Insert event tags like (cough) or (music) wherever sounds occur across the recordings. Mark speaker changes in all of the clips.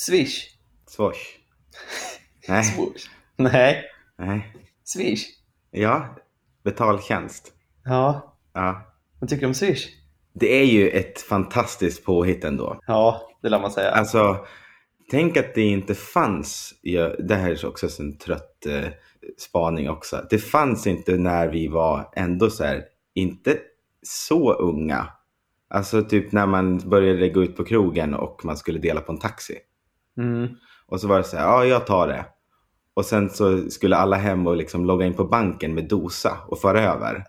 Speaker 1: Swish.
Speaker 2: Swosh. Nej.
Speaker 1: Swoosh. Nej.
Speaker 2: Nej.
Speaker 1: Swish.
Speaker 2: Ja, betaltjänst.
Speaker 1: Ja.
Speaker 2: Ja.
Speaker 1: Vad tycker du om Swish?
Speaker 2: Det är ju ett fantastiskt påhitt ändå.
Speaker 1: Ja, det lär man säga.
Speaker 2: Alltså, tänk att det inte fanns, ja, det här är också en trött eh, spaning också. Det fanns inte när vi var ändå så här, inte så unga. Alltså typ när man började gå ut på krogen och man skulle dela på en taxi.
Speaker 1: Mm. (laughs)
Speaker 2: Och så var det så här, ja jag tar det. Och sen så skulle alla hem och liksom logga in på banken med dosa och föra över.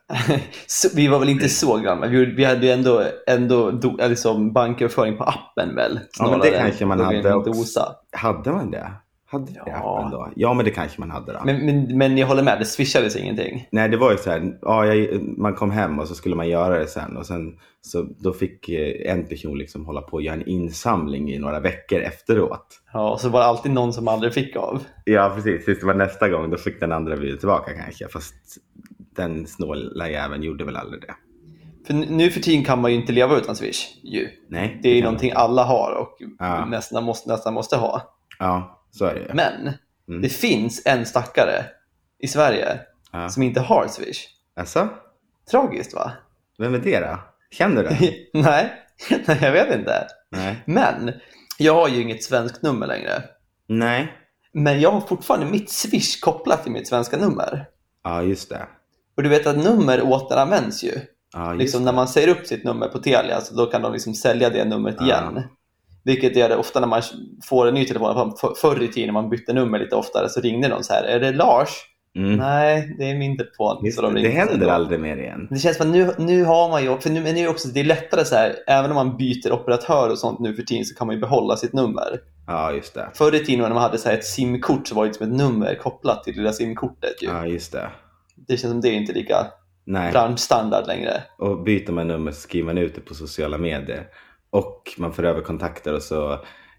Speaker 1: Så, vi var väl inte så gamla. Vi, gjorde- vi hade ju ändå, ändå do, ja, liksom banköverföring på appen väl?
Speaker 2: Ja, men det
Speaker 1: snarare än
Speaker 2: kanske man
Speaker 1: att gå in
Speaker 2: hade
Speaker 1: och
Speaker 2: också.
Speaker 1: dosa.
Speaker 2: Hade man det? Hade vi
Speaker 1: Ja.
Speaker 2: appen då? Ja, men det kanske man hade då.
Speaker 1: Men, men, men jag håller med, det swishades ingenting.
Speaker 2: Nej, det var ju så här, ja, jag, man kom hem och så skulle man göra det sen. Och sen så då fick eh, en person liksom hålla på och göra en insamling i några veckor efteråt.
Speaker 1: Ja, och så var det alltid någon som aldrig fick av.
Speaker 2: Ja, precis. Tills det var nästa gång, då fick den andra bjuda tillbaka kanske. Fast den snåla jäveln gjorde väl aldrig det.
Speaker 1: För nu- nu för tiden kan man ju inte leva utan Swish. Ju.
Speaker 2: Nej.
Speaker 1: Det är ju
Speaker 2: kan-
Speaker 1: någonting alla har och
Speaker 2: Ja.
Speaker 1: nästan, måste, nästan måste ha.
Speaker 2: Ja, så är det ju.
Speaker 1: Men
Speaker 2: Mm.
Speaker 1: det finns en stackare i Sverige
Speaker 2: Ja.
Speaker 1: som inte har Swish.
Speaker 2: Alltså,
Speaker 1: Tragiskt va? (laughs)
Speaker 2: vem är det då? Känner du den?
Speaker 1: Nej, (laughs) nej, jag vet inte.
Speaker 2: Nej.
Speaker 1: Men jag har ju inget svenskt nummer längre.
Speaker 2: Nej.
Speaker 1: Men jag har fortfarande mitt Swish kopplat till mitt svenska nummer.
Speaker 2: Ja, just det.
Speaker 1: Och du vet att nummer återanvänds ju.
Speaker 2: Ja, just
Speaker 1: Liksom
Speaker 2: det.
Speaker 1: när man säger upp sitt nummer på Telia så då kan de liksom sälja det numret
Speaker 2: Ah.
Speaker 1: igen. Vilket gör det ofta när man får en ny telefon. För- Förr i tiden när man bytte nummer lite oftare så ringde de så här. Är det Lars?
Speaker 2: Mm.
Speaker 1: Nej, det är min telefon.
Speaker 2: Just
Speaker 1: Så
Speaker 2: det.
Speaker 1: de ringde
Speaker 2: det händer
Speaker 1: ändå.
Speaker 2: aldrig mer igen.
Speaker 1: Det känns som att nu, nu har man ju, för nu, men nu är det också, det är lättare så här, även om man byter operatör och sånt nu för tiden så kan man ju behålla sitt nummer.
Speaker 2: Ja, just det.
Speaker 1: Förr i tiden när man hade så här ett simkort så var det som ett nummer kopplat till det där simkortet ju.
Speaker 2: Ja, just det.
Speaker 1: Det känns som det är inte lika
Speaker 2: Nej.
Speaker 1: branschstandard längre.
Speaker 2: Och byter man nummer så skriver man ut det på sociala medier. Och man för över kontakter och så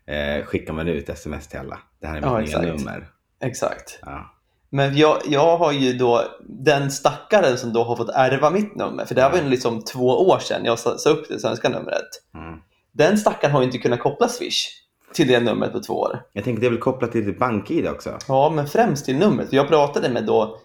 Speaker 2: eh, skickar man ut sms till alla. Det här är mitt
Speaker 1: Ja,
Speaker 2: nya
Speaker 1: exakt.
Speaker 2: nummer.
Speaker 1: Exakt.
Speaker 2: Ja.
Speaker 1: Men jag, jag har ju då den stackaren som då har fått ärva mitt nummer, för det här var ju liksom två år sedan jag sa sa upp det svenska numret.
Speaker 2: Mm.
Speaker 1: Den stackaren har ju inte kunnat koppla Swish till det numret på två år.
Speaker 2: Jag tänker det är väl kopplat till ditt bank-id också?
Speaker 1: Ja, men främst till numret. Jag pratade med då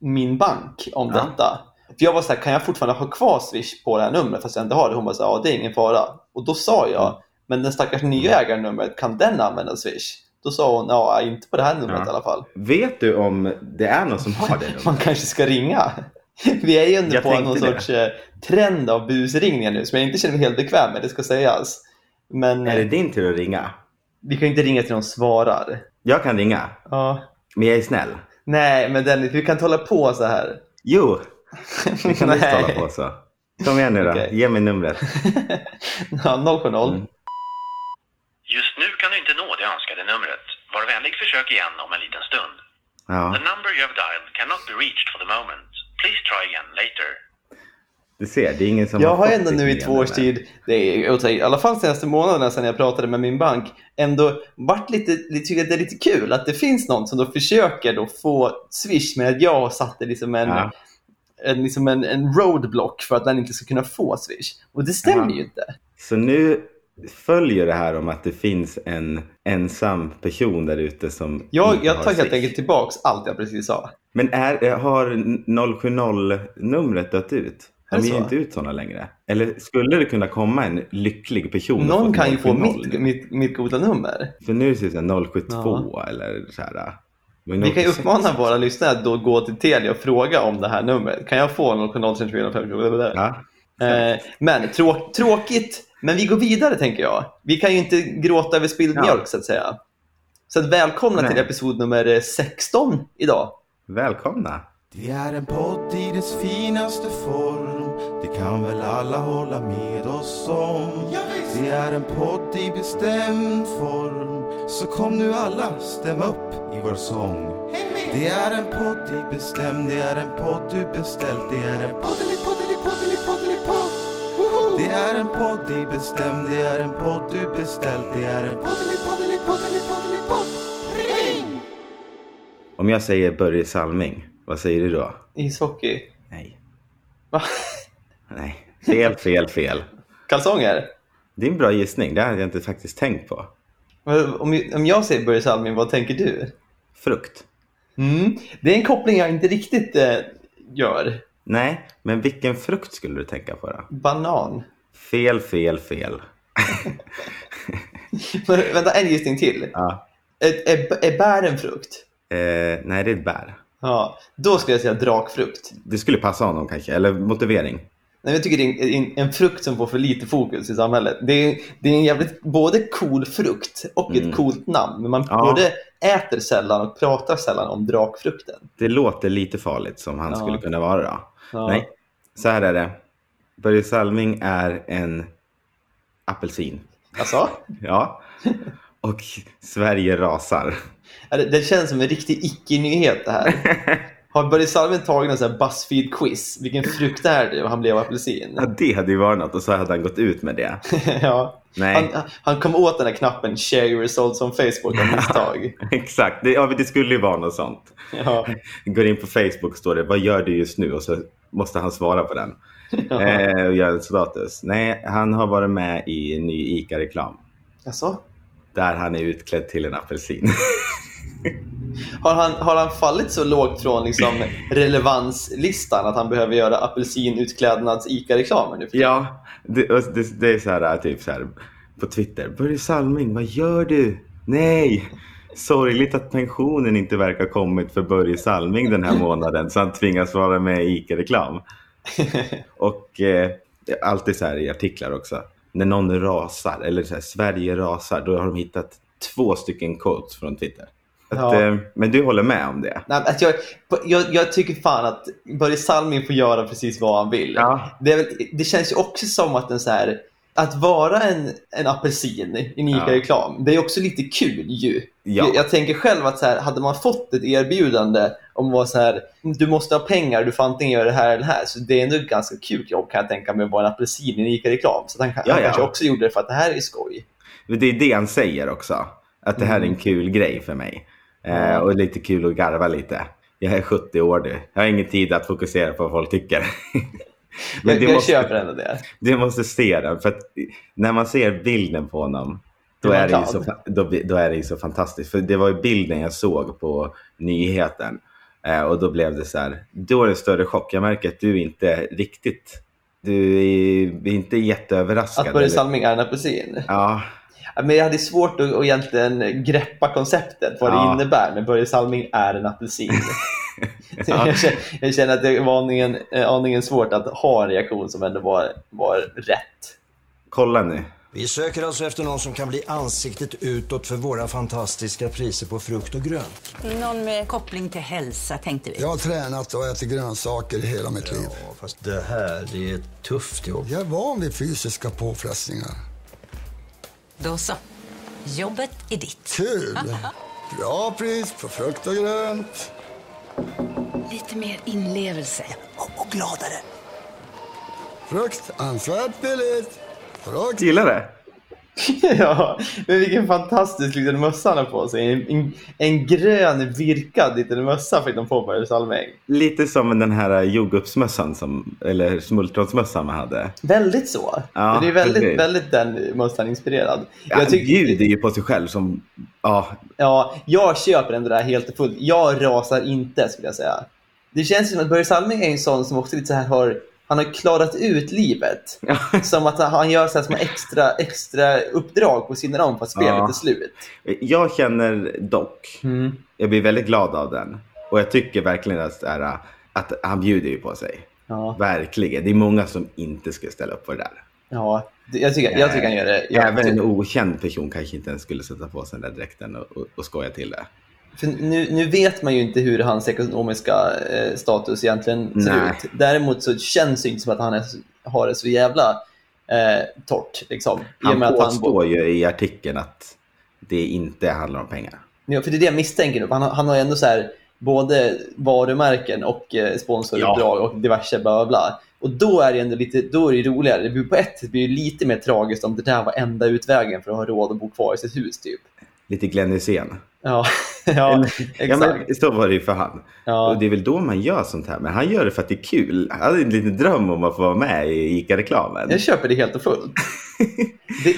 Speaker 1: min bank om
Speaker 2: Ja.
Speaker 1: detta. För jag var så här, kan jag fortfarande ha kvar Swish på det här numret fast jag inte har det? Hon bara så här, ja det är ingen fara. Och då sa
Speaker 2: Mm.
Speaker 1: jag, men den stackars nya ägaren numret, kan den använda Swish? Då sa hon, ja inte på det här numret
Speaker 2: Ja.
Speaker 1: i alla fall.
Speaker 2: Vet du om det är någon som
Speaker 1: (laughs)
Speaker 2: har det
Speaker 1: Man
Speaker 2: numret?
Speaker 1: kanske ska ringa. (laughs) Vi är ju ändå
Speaker 2: Jag
Speaker 1: på någon
Speaker 2: tänkte det.
Speaker 1: sorts eh, trend av busringningar nu som jag inte känner mig helt bekväm med, det ska sägas. Men
Speaker 2: Är det
Speaker 1: eh,
Speaker 2: din tur att ringa?
Speaker 1: vi kan ju inte ringa till någon svarar.
Speaker 2: Jag kan ringa,
Speaker 1: Ja.
Speaker 2: men jag är snäll.
Speaker 1: Nej, men Dennis, vi kan inte hålla på så här. (laughs)
Speaker 2: Jo, det kan du inte
Speaker 1: Nej.
Speaker 2: hålla på så. Kom igen nu då,
Speaker 1: Okej.
Speaker 2: ge mig numret.
Speaker 1: ja, 070.
Speaker 2: Mm.
Speaker 3: Just nu kan du inte nå det önskade numret. Var vänlig försök igen om en liten stund.
Speaker 2: Ja,
Speaker 3: The number you have dialed cannot be reached for the moment. Please try again later.
Speaker 2: du ser, det är ingen som
Speaker 1: Jag har
Speaker 2: fått
Speaker 1: ändå
Speaker 2: ditt
Speaker 1: nu i
Speaker 2: nya
Speaker 1: två års
Speaker 2: nummer.
Speaker 1: tid, det är, jag vill säga, i alla fall senaste månaderna sedan jag pratade med min bank, ändå varit lite, lite, tycker att det är lite kul att det finns någon som då försöker då få Swish med att jag satte liksom en,
Speaker 2: Ja.
Speaker 1: en, liksom en, en roadblock för att den inte ska kunna få Swish. Och det stämmer
Speaker 2: Ja.
Speaker 1: ju inte.
Speaker 2: Så nu följer det här om att det finns en ensam person där ute som
Speaker 1: Jag,
Speaker 2: inte
Speaker 1: jag
Speaker 2: har
Speaker 1: tar helt
Speaker 2: Swish.
Speaker 1: enkelt tillbaks allt jag precis sa.
Speaker 2: Men är, har 070-numret dött ut?
Speaker 1: Är
Speaker 2: De
Speaker 1: det
Speaker 2: ger
Speaker 1: så?
Speaker 2: inte ut sådana längre. Eller skulle det kunna komma en lycklig person? och
Speaker 1: Någon
Speaker 2: ett
Speaker 1: kan ju få
Speaker 2: 070
Speaker 1: mitt,
Speaker 2: nu?
Speaker 1: mitt, mitt goda nummer.
Speaker 2: För nu ser det ut som 072 eller så här. men
Speaker 1: Vi kan ju
Speaker 2: 076.
Speaker 1: uppmana våra lyssnare att då gå till Telia och fråga om det här numret. Kan jag få 070
Speaker 2: Ja.
Speaker 1: Eh, men trå- tråkigt, men vi går vidare tänker jag. Vi kan ju inte gråta över spilld
Speaker 2: Ja.
Speaker 1: mjölk så att säga. Så att välkomna
Speaker 2: Nej.
Speaker 1: till episod nummer eh, 16 idag.
Speaker 2: Välkomna!
Speaker 4: Det är en podd i dess finaste form Det kan väl alla hålla med oss om Det är en podd i bestämd form Så kom nu alla, stäm upp i vår sång Det är en podd i bestämd, det är en podd du beställt Det är en poddelipoddelipoddelipoddelipodd Det är en podd i bestämd, det är en podd du beställt Det är en poddelipoddelipoddelipoddelipodd Ring!
Speaker 2: Om jag säger Börje Salming, vad säger du då?
Speaker 1: Ishockey.
Speaker 2: Nej.
Speaker 1: Va? (laughs)
Speaker 2: Nej. Fel, fel, fel.
Speaker 1: Kalsonger?
Speaker 2: Det är en bra gissning. Det hade jag inte faktiskt tänkt på.
Speaker 1: Men Om, om jag säger Börje Salming, vad tänker du?
Speaker 2: Frukt.
Speaker 1: Mm. Det är en koppling jag inte riktigt eh, gör.
Speaker 2: Nej, men vilken frukt skulle du tänka på då?
Speaker 1: Banan. (laughs)
Speaker 2: Fel, fel, fel.
Speaker 1: Men, vänta, en gissning till.
Speaker 2: Ja.
Speaker 1: Är, är, är bär en frukt?
Speaker 2: Eh, nej, det är ett bär.
Speaker 1: Ja, då skulle jag säga drakfrukt.
Speaker 2: Det skulle passa honom kanske, eller motivering.
Speaker 1: Nej, men jag tycker det är en, en, en frukt som får för lite fokus i samhället. Det är, det är en jävligt både cool frukt och ett coolt namn. Men man
Speaker 2: Mm. Ja.
Speaker 1: både äter sällan och pratar sällan om drakfrukten.
Speaker 2: Det låter lite farligt som han
Speaker 1: Ja.
Speaker 2: skulle kunna vara då.
Speaker 1: Ja.
Speaker 2: Nej, så här är det. Börje Salming är en apelsin.
Speaker 1: Alltså, (laughs)
Speaker 2: Ja. Och Sverige rasar.
Speaker 1: är det, det känns som en riktig icke-nyhet det
Speaker 2: (laughs)
Speaker 1: här. Har Börje Salming tagit en sån här Buzzfeed-quiz? Vilken frukt är det? Och han blev apelsin.
Speaker 2: Ja, det hade ju varit något och så hade han gått ut med det.
Speaker 1: (laughs) ja.
Speaker 2: Nej,
Speaker 1: han, han kom åt den här knappen “Share your results on Facebook” av
Speaker 2: (laughs)
Speaker 1: misstag.
Speaker 2: exakt. Det, ja, men det skulle ju vara något sånt.
Speaker 1: Ja.
Speaker 2: Går in på Facebook och står det “Vad gör du just nu?” och så måste han svara på den. Eh, och göra en status. Nej, han har varit med i en ny ICA-reklam.
Speaker 1: Alltså,
Speaker 2: Där han är utklädd till en apelsin. (laughs)
Speaker 1: har, han, har han fallit så lågt från liksom, relevanslistan att han behöver göra apelsinutklädnads ICA-reklamer nu? (laughs)
Speaker 2: Ja, det, och det, det är så här, typ så här på Twitter. Börje Salming, vad gör du? Nej! Sorgligt att pensionen inte verkar ha kommit för Börje Salming den här månaden så han tvingas vara med i ICA-reklam. Och eh, alltid så här i artiklar också. När någon rasar, eller så här, Sverige rasar, då har de hittat två stycken quotes från Twitter. Att,
Speaker 1: Ja.
Speaker 2: eh, men du håller med om det?
Speaker 1: Nej, men att jag, jag, jag tycker fan att Börje Salming får göra precis vad han vill.
Speaker 2: Ja.
Speaker 1: Det, är väl, det känns ju också som att den så här, att vara en, en apelsin i en
Speaker 2: Ja.
Speaker 1: ICA-reklam, det är också lite kul ju.
Speaker 2: Ja.
Speaker 1: Jag, jag tänker själv att så här, hade man fått ett erbjudande om att vara så här, du måste ha pengar, du får antingen göra det här eller det här. Så det är ändå ett ganska kul jobb kan jag tänka mig att vara en apelsin i en ICA-reklam. Så att han,
Speaker 2: Ja,
Speaker 1: han
Speaker 2: ja.
Speaker 1: kanske också gjorde det för att det här är skoj.
Speaker 2: Men Det är det han säger också. Att det här
Speaker 1: Mm.
Speaker 2: är en kul grej för mig. Eh, och lite kul att garva lite. Jag är 70 år nu. Jag har ingen tid att fokusera på vad folk tycker. (laughs) Men
Speaker 1: jag
Speaker 2: du,
Speaker 1: jag köper
Speaker 2: måste,
Speaker 1: ändå det.
Speaker 2: du måste se den. För att när man ser bilden på honom, då
Speaker 1: Blir man
Speaker 2: är, det ju så,
Speaker 1: glad?
Speaker 2: fa- då, blir- då är det ju så fantastiskt. För det var ju bilden jag såg på nyheten. Eh, och då blev det så här, då är det en större chock. Jag märker att du inte riktigt, du är inte jätteöverraskad.
Speaker 1: Att Börje
Speaker 2: eller-
Speaker 1: Salming är en apelsin.
Speaker 2: Ja,
Speaker 1: Ja, Men jag hade svårt att, att egentligen greppa konceptet, vad det
Speaker 2: Ja.
Speaker 1: innebär. Men Börje Salming är en
Speaker 2: (laughs)
Speaker 1: apelsin. (laughs)
Speaker 2: Ja.
Speaker 1: jag, känner, jag känner att det var aningen, eh, aningen svårt att ha en reaktion som ändå var, var rätt.
Speaker 2: kolla nu.
Speaker 5: Vi söker alltså efter någon som kan bli ansiktet utåt för våra fantastiska priser på frukt och grönt.
Speaker 6: Någon med koppling till hälsa tänkte vi.
Speaker 7: Jag har tränat och ätit grönsaker i hela mitt liv.
Speaker 5: Ja, fast det här, det är ett tufft jobb.
Speaker 7: Jag är van vid fysiska påfrestningar.
Speaker 6: Då så. Jobbet är ditt.
Speaker 7: Kul! Bra pris på frukt och grönt.
Speaker 6: Lite mer inlevelse. Och, och gladare.
Speaker 7: Fruktansvärt billigt. Frukt.
Speaker 2: Gillar det?
Speaker 1: (laughs) ja, men vilken fantastisk liten mössa han har på sig. En, en, en grön virkad liten mössa fick de på Börje Salming.
Speaker 2: Lite som den här eh, jordgubbsmössan, som, eller smultronsmössan man hade.
Speaker 1: Väldigt så.
Speaker 2: Ja,
Speaker 1: det är väldigt,
Speaker 2: precis.
Speaker 1: väldigt den mössan inspirerad.
Speaker 2: Jag
Speaker 1: Jag tyck-
Speaker 2: bjuder ju på sig själv som... Ja,
Speaker 1: Ja, jag köper ändå det där helt och fullt. Jag rasar inte skulle jag säga. Det känns som att Börje Salming är en sån som också lite så här har, han har klarat ut livet. (laughs) som att han gör så här små extra, extra uppdrag på sidan om för att spelet
Speaker 2: Ja. Mm.
Speaker 1: är slut.
Speaker 2: jag känner dock, jag blir väldigt glad av den. Och jag tycker verkligen att, det är, att han bjuder ju på sig.
Speaker 1: Ja.
Speaker 2: Verkligen. Det är många som inte skulle ställa upp på det där.
Speaker 1: Ja, det- jag tycker, jag tycker han gör det. Jag,
Speaker 2: Även en okänd person kanske inte ens skulle sätta på sig den där dräkten och, och, och skoja till det.
Speaker 1: för nu, nu vet man ju inte hur hans ekonomiska eh, status egentligen ser
Speaker 2: Nej.
Speaker 1: ut. Däremot så känns det inte som att han är, så- har det så jävla eh, torrt. Liksom, I och
Speaker 2: Han
Speaker 1: med att han,
Speaker 2: påstår ju i artikeln att det inte handlar om pengar.
Speaker 1: Ja, för det är det jag misstänker nu. Han, har- han har ju ändå så här, både varumärken och eh, sponsoruppdrag och diverse bla bla bla. Och då är det ändå lite, då är det ju roligare. Det blir på ett sätt blir det lite mer tragiskt om det där var enda utvägen för att ha råd att bo kvar i sitt hus typ.
Speaker 2: Lite Glenn Hysén.
Speaker 1: Ja, (laughs) ja
Speaker 2: Ja,
Speaker 1: exakt.
Speaker 2: men, så var det ju för han.
Speaker 1: Ja.
Speaker 2: Och det är väl då man gör sånt här. Men han gör det för att det är kul. Han hade en liten dröm om att få vara med i ICA-reklamen. (laughs)
Speaker 1: Jag köper det helt och fullt.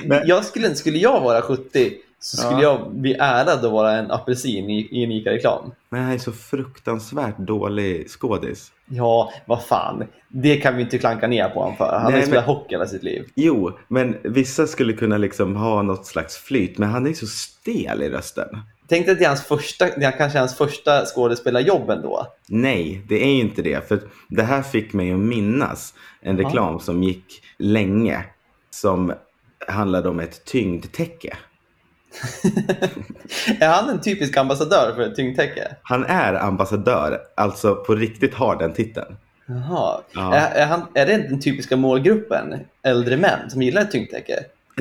Speaker 1: Det, jag skulle, skulle jag vara 70 så skulle jag bli ärad att vara en apelsin i, i en ICA-reklam.
Speaker 2: Men han är så fruktansvärt dålig skådis.
Speaker 1: Ja, vad fan. Det kan vi inte klanka ner på honom för. Han
Speaker 2: Nej,
Speaker 1: har ju
Speaker 2: men-
Speaker 1: spelat hockey hela sitt liv.
Speaker 2: Jo, men vissa skulle kunna liksom ha något slags flyt, men han är så stel i rösten.
Speaker 1: Tänk dig att det är hans första, det är kanske hans första skådespelarjobb ändå.
Speaker 2: Nej, det är ju inte det. För det här fick mig att minnas en reklam som gick länge som handlade om ett tyngdtäcke.
Speaker 1: Är han en typisk ambassadör för ett tyngdtäcke?
Speaker 2: Han är ambassadör, alltså på riktigt har den titeln.
Speaker 1: Jaha.
Speaker 2: Ja.
Speaker 1: Är, är, han, är det den typiska målgruppen? Äldre män som gillar ett tyngdtäcke?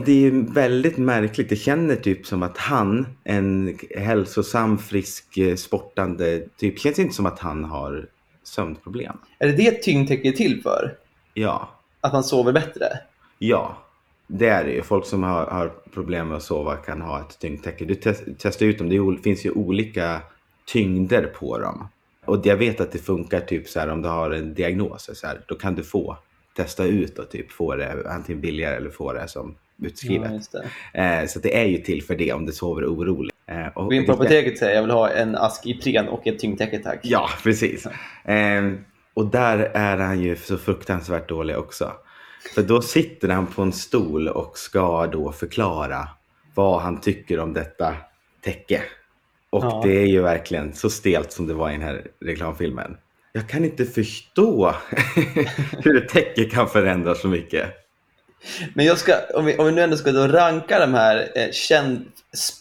Speaker 2: Det är ju väldigt märkligt. Det känner typ som att han, en hälsosam, frisk, eh, sportande typ, känns inte som att han har sömnproblem.
Speaker 1: Är det det ett tyngdtäcke är till för?
Speaker 2: Ja,
Speaker 1: Att man sover bättre?
Speaker 2: Ja, det är det ju. Folk som har, har problem med att sova kan ha ett tyngdtäcke. Du test, testar ut dem. Det är ol- finns ju olika tyngder på dem. Och jag vet att det funkar typ så här om du har en diagnos. Så här, då kan du få testa ut och typ få det antingen billigare eller få det som
Speaker 1: Ja,
Speaker 2: utskrivet.
Speaker 1: just det.
Speaker 2: eh, så att det är ju till för det om du sover oroligt. Eh, och
Speaker 1: Gå in på
Speaker 2: det-
Speaker 1: apoteket och säga jag vill ha en ask Ipren och ett tyngdtäcke tack.
Speaker 2: Ja, precis. Ehm, och där är han ju så fruktansvärt dålig också. För då sitter han på en stol och ska då förklara vad han tycker om detta täcke. Och
Speaker 1: Ja.
Speaker 2: det är ju verkligen så stelt som det var i den här reklamfilmen. Jag kan inte förstå (laughs) hur ett täcke kan förändras så mycket.
Speaker 1: Men jag ska, om, vi, om vi nu ändå ska då ranka de här eh, känd,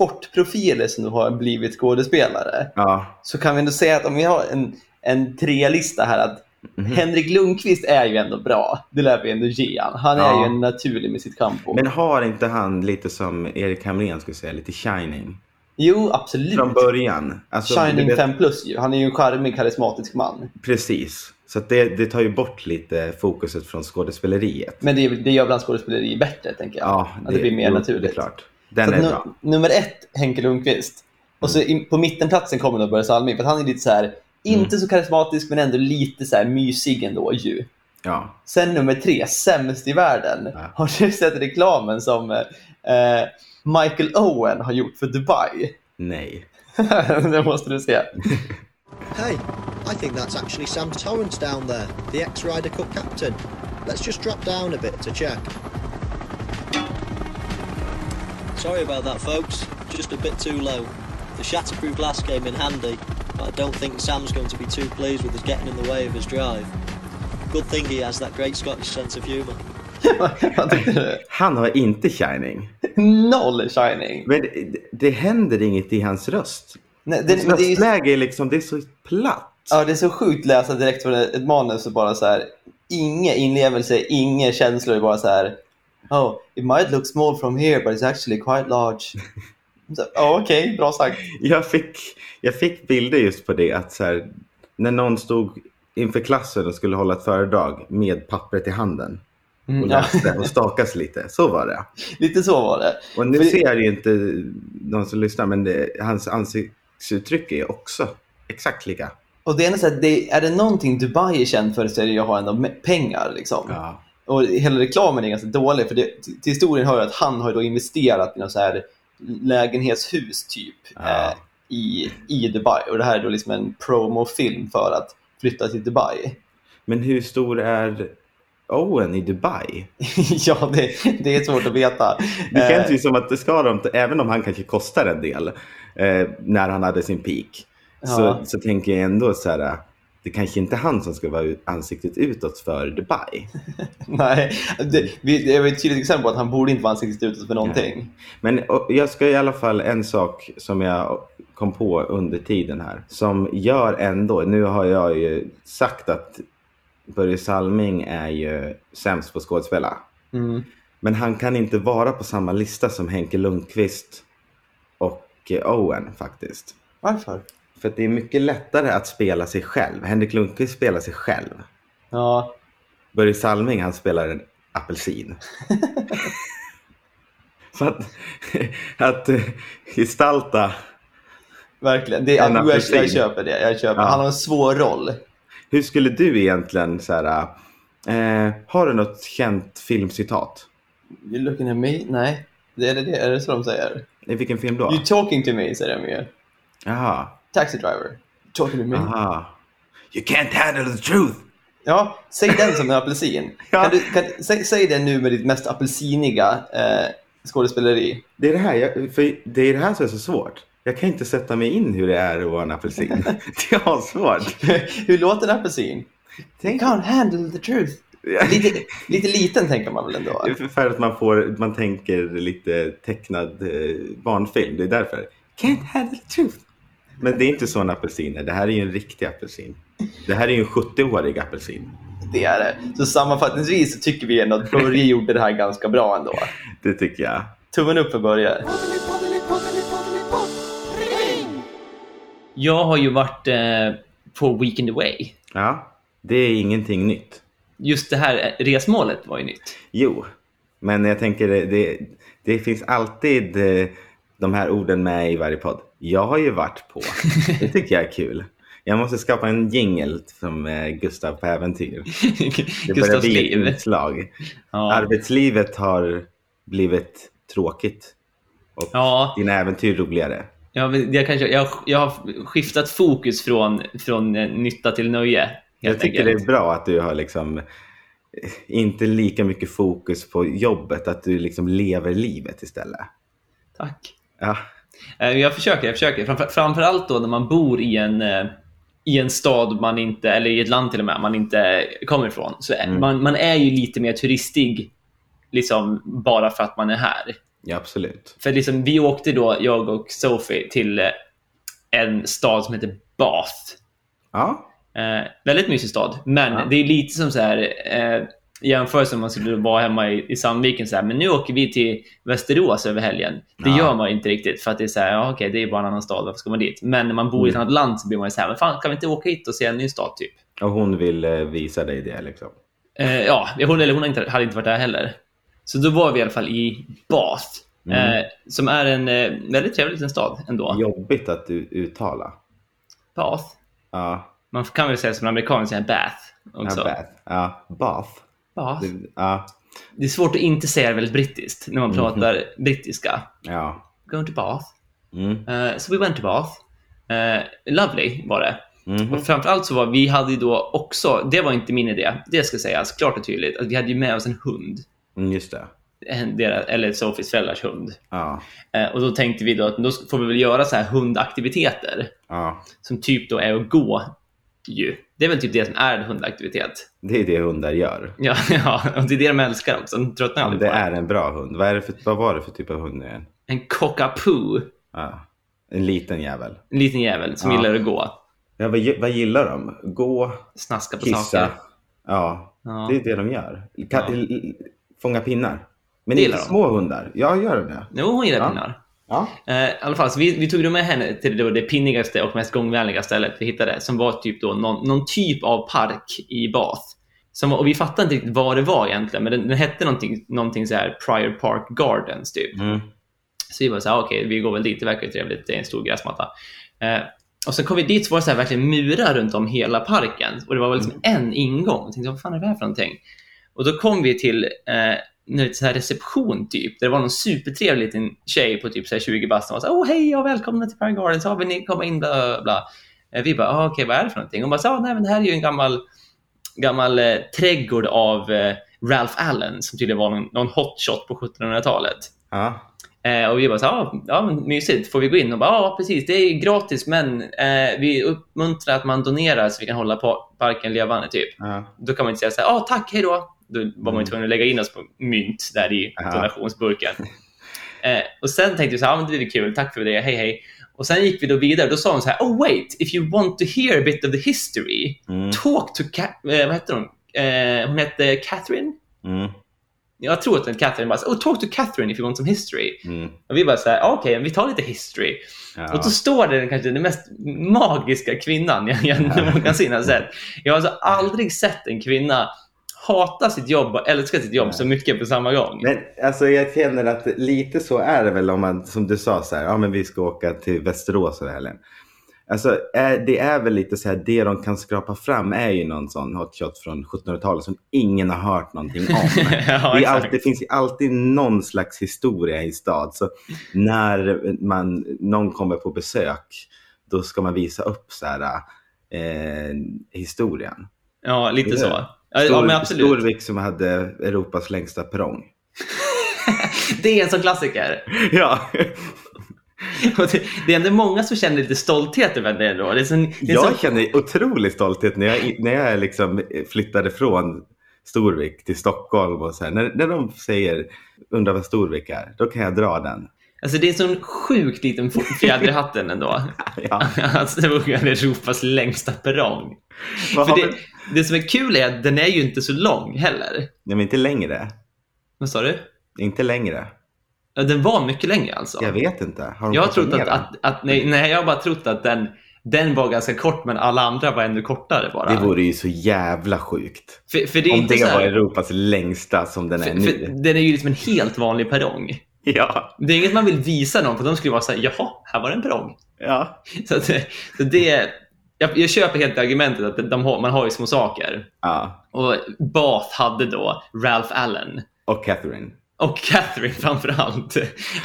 Speaker 1: sportprofiler som nu har blivit skådespelare.
Speaker 2: Ja,
Speaker 1: så kan vi ändå säga att om vi har en, en tre-lista här att
Speaker 2: Mhm.
Speaker 1: Henrik Lundqvist är ju ändå bra. Det lär vi ändå ge han. Han är
Speaker 2: Ja.
Speaker 1: ju en naturlig med sitt kampo.
Speaker 2: men har inte han lite som Erik Hamrén skulle säga, lite shining?
Speaker 1: jo, absolut.
Speaker 2: Från början. Alltså, du
Speaker 1: Shining
Speaker 2: vet-
Speaker 1: 5 plus ju. Han är ju en charmig, karismatisk man.
Speaker 2: Precis. Så att det, det tar ju bort lite fokuset från skådespeleriet.
Speaker 1: Men det, det gör bland skådespeleri bättre, tänker jag.
Speaker 2: Ja,
Speaker 1: att det blir mer
Speaker 2: jo,
Speaker 1: naturligt.
Speaker 2: Det är klart. Den
Speaker 1: Så
Speaker 2: är
Speaker 1: att nu-
Speaker 2: bra. Mm.
Speaker 1: Nummer ett, Henke Lundqvist. Och så in, på mittenplatsen kommer då Börje Salming, för att han är lite så här,
Speaker 2: Mm.
Speaker 1: inte så karismatisk, men ändå lite så här mysig ändå ju.
Speaker 2: Ja.
Speaker 1: Sen nummer tre, sämst i världen.
Speaker 2: Ja.
Speaker 1: Har du sett reklamen som eh, Michael Owen har gjort för Dubai? (laughs)
Speaker 2: Nej.
Speaker 1: det måste du
Speaker 2: (laughs)
Speaker 1: se.
Speaker 8: Hey, I think that's actually Sam Torrance down there, the ex-Ryder Cup captain. Let's just drop down a bit to check. Sorry about that, folks. Just a bit too low. The shatterproof glass came in handy, but I don't think Sam's going to be too pleased with us getting in the way of his drive. Good thing he has that great Scottish sense of humour.
Speaker 1: Vad tyckte du?
Speaker 2: Han har inte shining.
Speaker 1: Noll shining.
Speaker 2: Men det, det händer inget i hans röst.
Speaker 1: Nej, det,
Speaker 2: Hans
Speaker 1: men det, är, ju-
Speaker 2: röstläge är liksom, det är så platt.
Speaker 1: ja, det är så sjukt att läsa direkt från ett manus och bara så här, inga inlevelse, inga känslor, bara så här, oh, it might look small from here but it's actually quite large. (laughs) Så, Ja, Okej, bra sagt.
Speaker 2: Jag fick, jag fick bilder just på det att så här, när någon stod inför klassen och skulle hålla ett föredrag med pappret i handen och
Speaker 1: Mm, ja, (laughs)
Speaker 2: läste och stakas lite. Så var det.
Speaker 1: lite så var det.
Speaker 2: Och nu
Speaker 1: För-
Speaker 2: ser jag ju inte de som lyssnar, men det, hans ansiktsuttryck är också exakt lika.
Speaker 1: Och det är, så här, det, är det någonting Dubai är känd för så är det ju att ha ändå me- pengar. Liksom.
Speaker 2: Ja.
Speaker 1: Och hela reklamen är ganska dålig. För det, till till historien hör jag att han har ju då investerat i något så här lägenhetshus typ
Speaker 2: Ja.
Speaker 1: eh, i, i Dubai. Och det här är då liksom en promofilm för att flytta till Dubai. (laughs)
Speaker 2: Men hur stor är Owen i Dubai?
Speaker 1: ja, det, det är svårt att veta.
Speaker 2: Det
Speaker 1: Eh,
Speaker 2: känns ju som att det ska de, även om han kanske kostar en del eh, när han hade sin peak,
Speaker 1: Ja.
Speaker 2: så, så tänker jag ändå så här, det kanske inte är han som ska vara ut- ansiktet utåt för Dubai.
Speaker 1: nej, det, vi- det är väl ett tydligt exempel på att han borde inte vara ansiktet utåt för någonting.
Speaker 2: Men och, jag ska i alla fall en sak som jag kom på under tiden här. Som gör ändå, nu har jag ju sagt att Börje Salming är ju sämst på att skådespela.
Speaker 1: Mm.
Speaker 2: Men han kan inte vara på samma lista som Henke Lundqvist och eh, Owen faktiskt.
Speaker 1: Varför?
Speaker 2: För att det är mycket lättare att spela sig själv. Henrik Lundqvist spelar sig själv.
Speaker 1: Ja,
Speaker 2: Börje Salming han spelar en apelsin. (laughs) Så att, att eh, gestalta,
Speaker 1: verkligen. Det,
Speaker 2: En
Speaker 1: jag, jag, jag
Speaker 2: apelsin.
Speaker 1: köper det. Jag köper.
Speaker 2: Ja.
Speaker 1: Han har en svår roll.
Speaker 2: hur skulle du egentligen så här, eh, har du något känt filmcitat?
Speaker 1: You looking at me? Nej. Det är det, det. Är det så de säger?
Speaker 2: Nej, vilken film då?
Speaker 9: You're talking to me, säger Amir.
Speaker 2: Jaha.
Speaker 9: Taxi driver. Talking to me.
Speaker 2: Aha. You can't handle the truth!
Speaker 9: Ja, säg den som en apelsin.
Speaker 2: (laughs) Ja.
Speaker 9: Kan du, kan, säg, säg den nu med ditt mest apelsiniga eh, skådespeleri. (laughs)
Speaker 2: Det är det, här, jag, för det är det här som är så svårt. Jag kan inte sätta mig in hur det är att vara en (laughs) apelsin. det är svårt.
Speaker 9: Hur låter en apelsin? They can't handle the truth. Lite, lite liten tänker man väl ändå?
Speaker 2: Det är för att man, får, man tänker lite tecknad eh, barnfilm. Det är därför. Can't handle the truth. Men det är inte så en apelsin är. Det här är ju en riktig apelsin. Det här är ju en 70-årig apelsin.
Speaker 9: Det är det. Så sammanfattningsvis så tycker vi ändå att
Speaker 2: (laughs)
Speaker 9: Börje gjorde det här ganska bra ändå.
Speaker 2: Det tycker jag.
Speaker 9: Tummen upp för Börje.
Speaker 1: Jag har ju varit eh, på Weekend Away.
Speaker 2: Ja, det är ingenting nytt.
Speaker 1: Just det här eh, resmålet var ju nytt.
Speaker 2: Jo, men jag tänker det, det, det finns alltid eh, de här orden med i varje podd. Jag har ju varit
Speaker 1: (laughs)
Speaker 2: på. Det tycker jag är kul. Jag måste skapa en jingle som eh, Gustav på äventyr. Det börjar
Speaker 1: Gustavs
Speaker 2: bli ett
Speaker 1: liv.
Speaker 2: utslag.
Speaker 1: Ja.
Speaker 2: Arbetslivet har blivit tråkigt och
Speaker 1: Ja.
Speaker 2: dina äventyr roligare.
Speaker 1: Ja, men jag, kanske, jag, jag har skiftat fokus från, från eh, nytta till nöje. Helt
Speaker 2: Jag tycker det
Speaker 1: enkelt.
Speaker 2: är bra att du har liksom eh, inte lika mycket fokus på jobbet, att du liksom lever livet istället.
Speaker 1: Tack.
Speaker 2: Ja,
Speaker 1: Eh, Jag försöker, jag försöker. Framför, framförallt då när man bor i en, eh, i en stad man inte, eller i ett land till och med, man inte kommer ifrån. Så är-
Speaker 2: Mm.
Speaker 1: man, man är ju lite mer turistig liksom bara för att man är här.
Speaker 2: ja absolut.
Speaker 1: För liksom, vi åkte då, jag och Sophie, till eh, en stad som heter Bath.
Speaker 2: Ja,
Speaker 1: Eh, väldigt mysig stad, men
Speaker 2: Ja.
Speaker 1: det är lite som så här eh, jämförelse om man skulle vara hemma i, i Sandviken. Så här, men nu åker vi till Västerås över helgen. Det
Speaker 2: Ja.
Speaker 1: gör man ju inte riktigt för att det är så här, ja, okej, det är bara en annan stad, varför ska man dit? Men när man bor i ett
Speaker 2: Mm.
Speaker 1: annat land så blir man ju så här, men fan, kan vi inte åka hit och se en ny stad typ?
Speaker 2: och hon vill eh, visa dig det liksom.
Speaker 1: Eh, ja, hon, eller hon har inte- hade inte varit där heller. Så då var vi i alla fall i Bath,
Speaker 2: Mm.
Speaker 1: eh, som är en eh, väldigt trevlig liten stad ändå.
Speaker 2: Jobbigt att du uttala.
Speaker 1: Bath.
Speaker 2: Ja,
Speaker 1: Man kan väl säga som en amerikan, säga Bath
Speaker 2: ja,
Speaker 1: också.
Speaker 2: bath. Ja, bath.
Speaker 1: Bath.
Speaker 2: Det- Ja,
Speaker 1: Det är svårt att inte säga det väldigt brittiskt när man
Speaker 2: Mhm.
Speaker 1: pratar brittiska.
Speaker 2: ja.
Speaker 1: Going to Bath.
Speaker 2: Mm.
Speaker 1: Eh, so we went to Bath. Eh, lovely var det.
Speaker 2: Mhm. mm.
Speaker 1: Och framförallt så var vi hade ju då också, det var inte min idé, det ska sägas klart och tydligt, att vi hade ju med oss en hund.
Speaker 2: Mm, Just det.
Speaker 1: En, deras, eller Sofies föräldrars hund.
Speaker 2: Ja,
Speaker 1: Eh, och då tänkte vi då att då får vi väl göra så här hundaktiviteter.
Speaker 2: ja.
Speaker 1: Som typ då är att gå ju. Det är väl typ det som är en hundaktivitet. (laughs)
Speaker 2: Det är det hundar gör.
Speaker 1: Ja, ja och det är det de älskar också. De tröttnar
Speaker 2: Ja,
Speaker 1: aldrig
Speaker 2: det
Speaker 1: på
Speaker 2: är en bra hund. Vad, är det för, vad var det för typ av hund nu igen?
Speaker 1: En cockapoo.
Speaker 2: Ja. En liten jävel.
Speaker 1: En liten jävel som
Speaker 2: Ja.
Speaker 1: gillar att gå.
Speaker 2: Ja, vad, gi- vad gillar de? Gå,
Speaker 1: Snaska på
Speaker 2: kissa.
Speaker 1: saker.
Speaker 2: Ja,
Speaker 1: Ja.
Speaker 2: det är det de gör. Ka-
Speaker 1: Ja.
Speaker 2: l- l- Fånga pinnar. Men
Speaker 1: Det
Speaker 2: inte
Speaker 1: gillar de.
Speaker 2: små hundar. Ja, gör de det?
Speaker 1: Jo, hon gillar
Speaker 2: Ja.
Speaker 1: pinnar.
Speaker 2: Ja.
Speaker 1: Eh, I alla fall, så vi, vi tog då med henne till det, det pinnigaste och mest gångvänliga stället vi hittade, som var typ då någon, någon typ av park i Bath. Som, var- och vi fattade inte riktigt vad det var egentligen, men den, den hette någonting, någonting så här Prior Park Gardens typ.
Speaker 2: Mm.
Speaker 1: Så vi bara så här, "Ah, okej, vi går väl dit, det verkar ju trevligt, det är en stor gräsmatta. Eh, och sen kom vi dit så var det så här verkligen murar runt om hela parken och det var väl liksom
Speaker 2: Mm.
Speaker 1: en ingång. Jag tänkte, vad fan är det här för någonting? Och då kom vi till eh, nu, så här reception typ, där det var någon supertrevlig liten tjej på typ så här 20 bast som var så här, åh hej, ja, välkomna till Park Gardens, ja, vill ni komma in, bla, bla, bla. Eh, vi bara, ah, okej, vad är det för någonting? Hon bara, så, ah, nej men det här är ju en gammal, gammal eh, trädgård av eh, Ralph Allen som tydligen var någon, någon hotshot på 1700-talet.
Speaker 2: Ja.
Speaker 1: Eh, och vi bara så här, "Ah, ja, men mysigt, får vi gå in? Och bara, ja precis, det är ju gratis men eh, vi uppmuntrar att man donerar så vi kan hålla pa- parken levande typ.
Speaker 2: ja.
Speaker 1: Då kan man inte säga så här, ja tack, hej då. Då var man ju tvungen att lägga in oss på mynt där i
Speaker 2: Ja.
Speaker 1: donationsburken. eh, och sen tänkte vi så här, ja, men det blir kul, tack för det, hej hej. Och sen gick vi då vidare, då sa hon så här, oh wait, if you want to hear a bit of the history,
Speaker 2: Mm.
Speaker 1: talk to, Ka- eh, vad hette hon? Eh, hon hette Catherine?
Speaker 2: Mm.
Speaker 1: Jag tror att den Catherine bara, så här, oh talk to Catherine if you want some history.
Speaker 2: Mm.
Speaker 1: Och vi bara så här, "Ah, okej, vi tar lite history. Och
Speaker 2: Ja.
Speaker 1: då står det den kanske den mest magiska kvinnan jag, jag någonsin har sett. Jag har alltså aldrig sett en kvinna hata sitt jobb och älska sitt jobb så mycket på samma gång.
Speaker 2: Men alltså jag känner att lite så är det väl om man, som du sa så här, ja men vi ska åka till Västerås över helgen. Alltså, är, det är väl lite så här, det de kan skrapa fram är ju någon sån hotshot från 1700-talet som ingen har hört någonting om.
Speaker 1: (laughs) (laughs) Ja,
Speaker 2: det, är
Speaker 1: exakt.
Speaker 2: alltid, det finns ju alltid någon slags historia i stad. Så när man, någon kommer på besök, då ska man visa upp så här, eh, historien.
Speaker 1: Ja, lite så. Ja, ja,
Speaker 2: Stor,
Speaker 1: men absolut.
Speaker 2: Storvik som hade Europas längsta perrong.
Speaker 1: Det är en sån
Speaker 2: (laughs)
Speaker 1: klassiker.
Speaker 2: Ja,
Speaker 1: Och det, det är ändå många som känner lite stolthet över det ändå. Det är sån, det är sån,
Speaker 2: jag känner otrolig stolthet när jag, när jag liksom flyttade från Storvik till Stockholm och så här. När, när de säger undrar vad Storvik är, då kan jag
Speaker 1: (laughs)
Speaker 2: dra den.
Speaker 1: alltså det är en sån sjukt liten f- fjäder i hatten ändå.
Speaker 2: (laughs) Ja.
Speaker 1: (laughs) Alltså det var Europas längsta perrong.
Speaker 2: Vad
Speaker 1: För
Speaker 2: har
Speaker 1: det,
Speaker 2: vi-
Speaker 1: det som är kul är att den är ju inte så lång heller.
Speaker 2: Nej, men inte längre.
Speaker 1: Vad sa du?
Speaker 2: Inte längre.
Speaker 1: Ja, den var mycket längre alltså.
Speaker 2: Jag vet inte. Har de
Speaker 1: Jag har
Speaker 2: fått
Speaker 1: trott
Speaker 2: ner
Speaker 1: att,
Speaker 2: den?
Speaker 1: att, att nej, nej, jag har bara trott att den, den var ganska kort, men alla andra var ännu kortare bara.
Speaker 2: Det vore ju så jävla sjukt.
Speaker 1: för, för det är
Speaker 2: Om
Speaker 1: inte
Speaker 2: det
Speaker 1: så här,
Speaker 2: var Europas längsta som den är
Speaker 1: för,
Speaker 2: nu.
Speaker 1: för Den är ju liksom en helt vanlig perrong.
Speaker 2: Ja.
Speaker 1: Det är inget man vill visa någon, för de skulle vara så här, jaha, här var det en perrong.
Speaker 2: ja.
Speaker 1: Så, att, det- så det, jag, jag köper helt argumentet att de har, man har ju små saker.
Speaker 2: ja.
Speaker 1: Och Bath hade då Ralph Allen.
Speaker 2: Och Catherine.
Speaker 1: Och Catherine framför allt.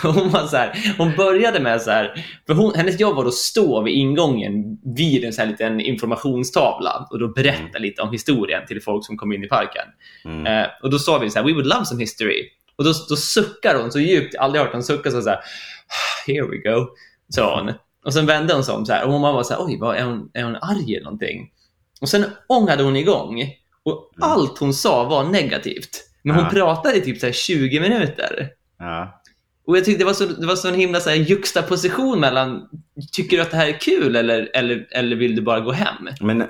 Speaker 1: Hon, var så här, hon började med så här, för hon, hennes jobb var att stå vid ingången vid en så här liten informationstavla och då berätta lite om historien till folk som kom in i parken.
Speaker 2: Mm.
Speaker 1: Eh, och då sa vi så här, we would love some history. Och då, då suckar hon så djupt, jag har aldrig hört hon sucka så, så här, "Ah, here we go, sa hon. Och sen vände hon sig om så här, och hon var så här, oj, vad, är, hon, är hon arg eller någonting? Och sen ångade hon igång och allt hon sa var negativt. Men hon
Speaker 2: Mm. Ja.
Speaker 1: pratade i typ så här 20 minuter.
Speaker 2: Ja.
Speaker 1: Och jag tyckte det var så, det var så en himla så här juxtaposition mellan, tycker du att det här är kul eller, eller, eller vill du bara gå hem?
Speaker 2: Men eh,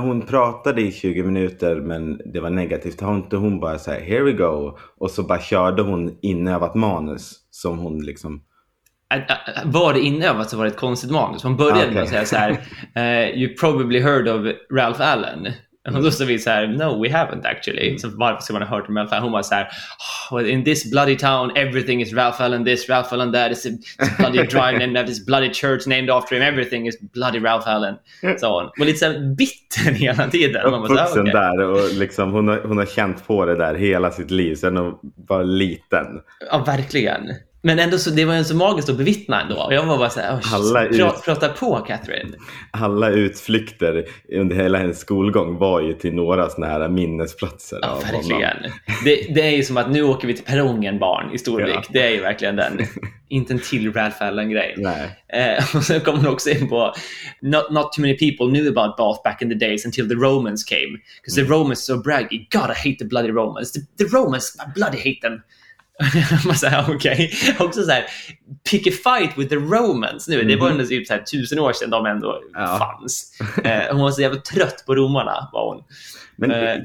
Speaker 2: hon pratade i 20 minuter men det var negativt. Har inte hon bara så här, here we go. Och så bara körde hon inövat manus som hon liksom.
Speaker 1: Att- att- att- Var Äh, det inövat så var det ett konstigt manus. Man började
Speaker 2: Ah, okej.
Speaker 1: med att säga så här,
Speaker 2: (laughs)
Speaker 1: eh, you probably heard of Ralph Allen. Och då sa vi så här, no we haven't actually.
Speaker 2: Mm.
Speaker 1: Så varför ska man ha hört om Ralph Allen? Hon var så här, "Oh, well, in this bloody town everything is Ralph Allen this, Ralph Allen that, it's a, it's a
Speaker 2: (laughs)
Speaker 1: bloody drive named after, it's a bloody church named after him, everything is bloody Ralph Allen. Sa hon. Och lite så här bitter (laughs) hela tiden. Man bara så här,
Speaker 2: Uppvuxen
Speaker 1: "Okej."
Speaker 2: där och liksom hon har, hon har känt på det där hela sitt liv sedan hon var liten.
Speaker 1: Ja, verkligen. Men ändå så, det var ju så magiskt att bevittna ändå. Och jag var bara så här, "Oh,
Speaker 2: Alla är
Speaker 1: pra,
Speaker 2: ut-
Speaker 1: prata på Catherine.
Speaker 2: Alla utflykter under hela hennes skolgång var ju till några sådana här minnesplatser.
Speaker 1: Ja,
Speaker 2: av honom.
Speaker 1: verkligen. Det, det är ju som att nu åker vi till perrongen barn i Storvik.
Speaker 2: Ja.
Speaker 1: Det är ju verkligen
Speaker 2: (laughs)
Speaker 1: den. Inte en till Ralph Allen-grej.
Speaker 2: Nej.
Speaker 1: Eh, (laughs) och sen kommer hon också in på not, not too many people knew about Bath back in the days until the Romans came. Because
Speaker 2: Mm.
Speaker 1: the Romans are so braggy. God, I hate the bloody Romans. The, the Romans, I bloody hate them. (laughs) Man säger okej. (laughs) Också så här, pick a fight with the Romans nu. Det var ändå typ så här, tusen år sedan de ändå
Speaker 2: Mm-hmm. Ja.
Speaker 1: fanns. Eh, hon var så jävla trött på romarna, var hon.
Speaker 2: Men
Speaker 1: Eh.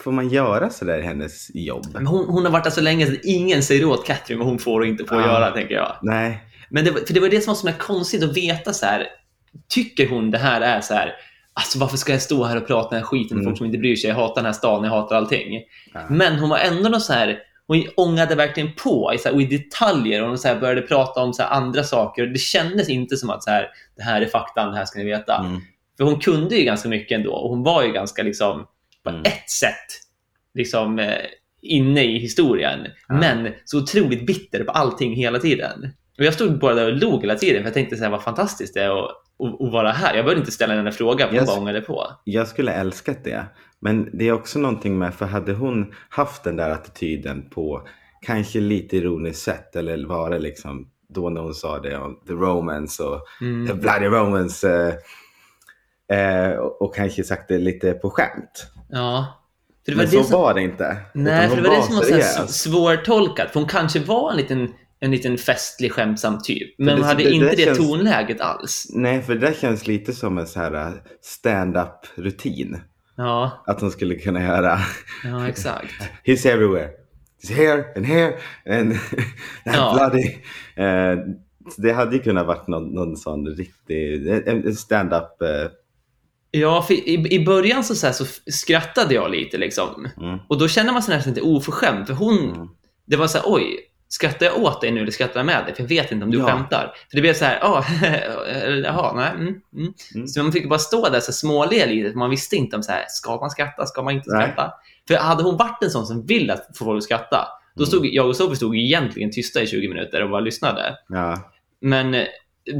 Speaker 2: får man göra sådär i hennes jobb?
Speaker 1: Men hon, hon har varit där så länge så ingen säger åt Katrin vad hon får och inte får
Speaker 2: Ja.
Speaker 1: göra, tänker jag.
Speaker 2: Nej.
Speaker 1: Men det, var- för det var det som var så himla konstigt att veta så här. Tycker hon det här är så här, alltså varför ska jag stå här och prata den här skiten
Speaker 2: Mm.
Speaker 1: med folk som inte bryr sig? Jag hatar den här stan, jag hatar allting. Men hon var ändå någon så här, hon ångade verkligen på i, så här, och i detaljer och hon så här började prata om så här andra saker. Och det kändes inte som att så här, det här är faktan, det här ska ni veta.
Speaker 2: Mm.
Speaker 1: För hon kunde ju ganska mycket ändå och hon var ju ganska liksom på
Speaker 2: Mm.
Speaker 1: ett sätt liksom eh, inne i historien. Men så otroligt bitter på allting hela tiden. Och jag stod bara där och log hela tiden för jag tänkte så här, vad fantastiskt det är att, att, att vara här. Jag behövde inte ställa den här frågan, för hon
Speaker 2: Yes.
Speaker 1: bara ångade på.
Speaker 2: Jag skulle älskat det. Men det är också någonting med, för hade hon haft den där attityden på kanske lite ironiskt sätt eller var det liksom då när hon sa det om the romance och
Speaker 1: Mm.
Speaker 2: the bloody romance eh, eh, och, och kanske sagt det lite på skämt.
Speaker 1: Ja. För det var
Speaker 2: Men
Speaker 1: det
Speaker 2: så
Speaker 1: som,
Speaker 2: var det inte.
Speaker 1: nej,
Speaker 2: Utan
Speaker 1: för det
Speaker 2: hon
Speaker 1: var det som var så här
Speaker 2: seriös.
Speaker 1: sv- svårtolkat. För hon kanske var en liten, en liten festlig, skämtsam typ. Men
Speaker 2: det-
Speaker 1: hon hade
Speaker 2: det- det
Speaker 1: inte det
Speaker 2: känns-
Speaker 1: tonläget alls.
Speaker 2: Nej, för det där känns lite som en så här eh, stand-up-rutin.
Speaker 1: Ja,
Speaker 2: Att hon skulle kunna göra (laughs)
Speaker 1: ja exakt.
Speaker 2: He's everywhere. He's here and here and (laughs) that
Speaker 1: Ja.
Speaker 2: bloody. Eh, det hade ju kunnat varit någon, någon sån riktig en- en stand-up. eh,
Speaker 1: Ja, för i, i början så, så, här, så f- skrattade jag lite liksom.
Speaker 2: Mm.
Speaker 1: Mm. Och då kände man sig nästan lite oförskämd, för hon, det var så här, oj, skrattar jag åt dig nu eller skrattar jag med dig? För jag vet inte om du
Speaker 2: Ja.
Speaker 1: skämtar. För det blev så här, ja, (laughs) eller, jaha, nej, mm, mm.
Speaker 2: Mm.
Speaker 1: Så man fick bara stå där så här småle lite, för man visste inte om så här, ska man skratta, ska man inte
Speaker 2: Nej.
Speaker 1: skratta? För hade hon varit en sån som vill att få folk att skratta,
Speaker 2: Mm.
Speaker 1: då stod jag och Sofie stod egentligen tysta i 20 minuter och bara lyssnade.
Speaker 2: Ja.
Speaker 1: Men eh,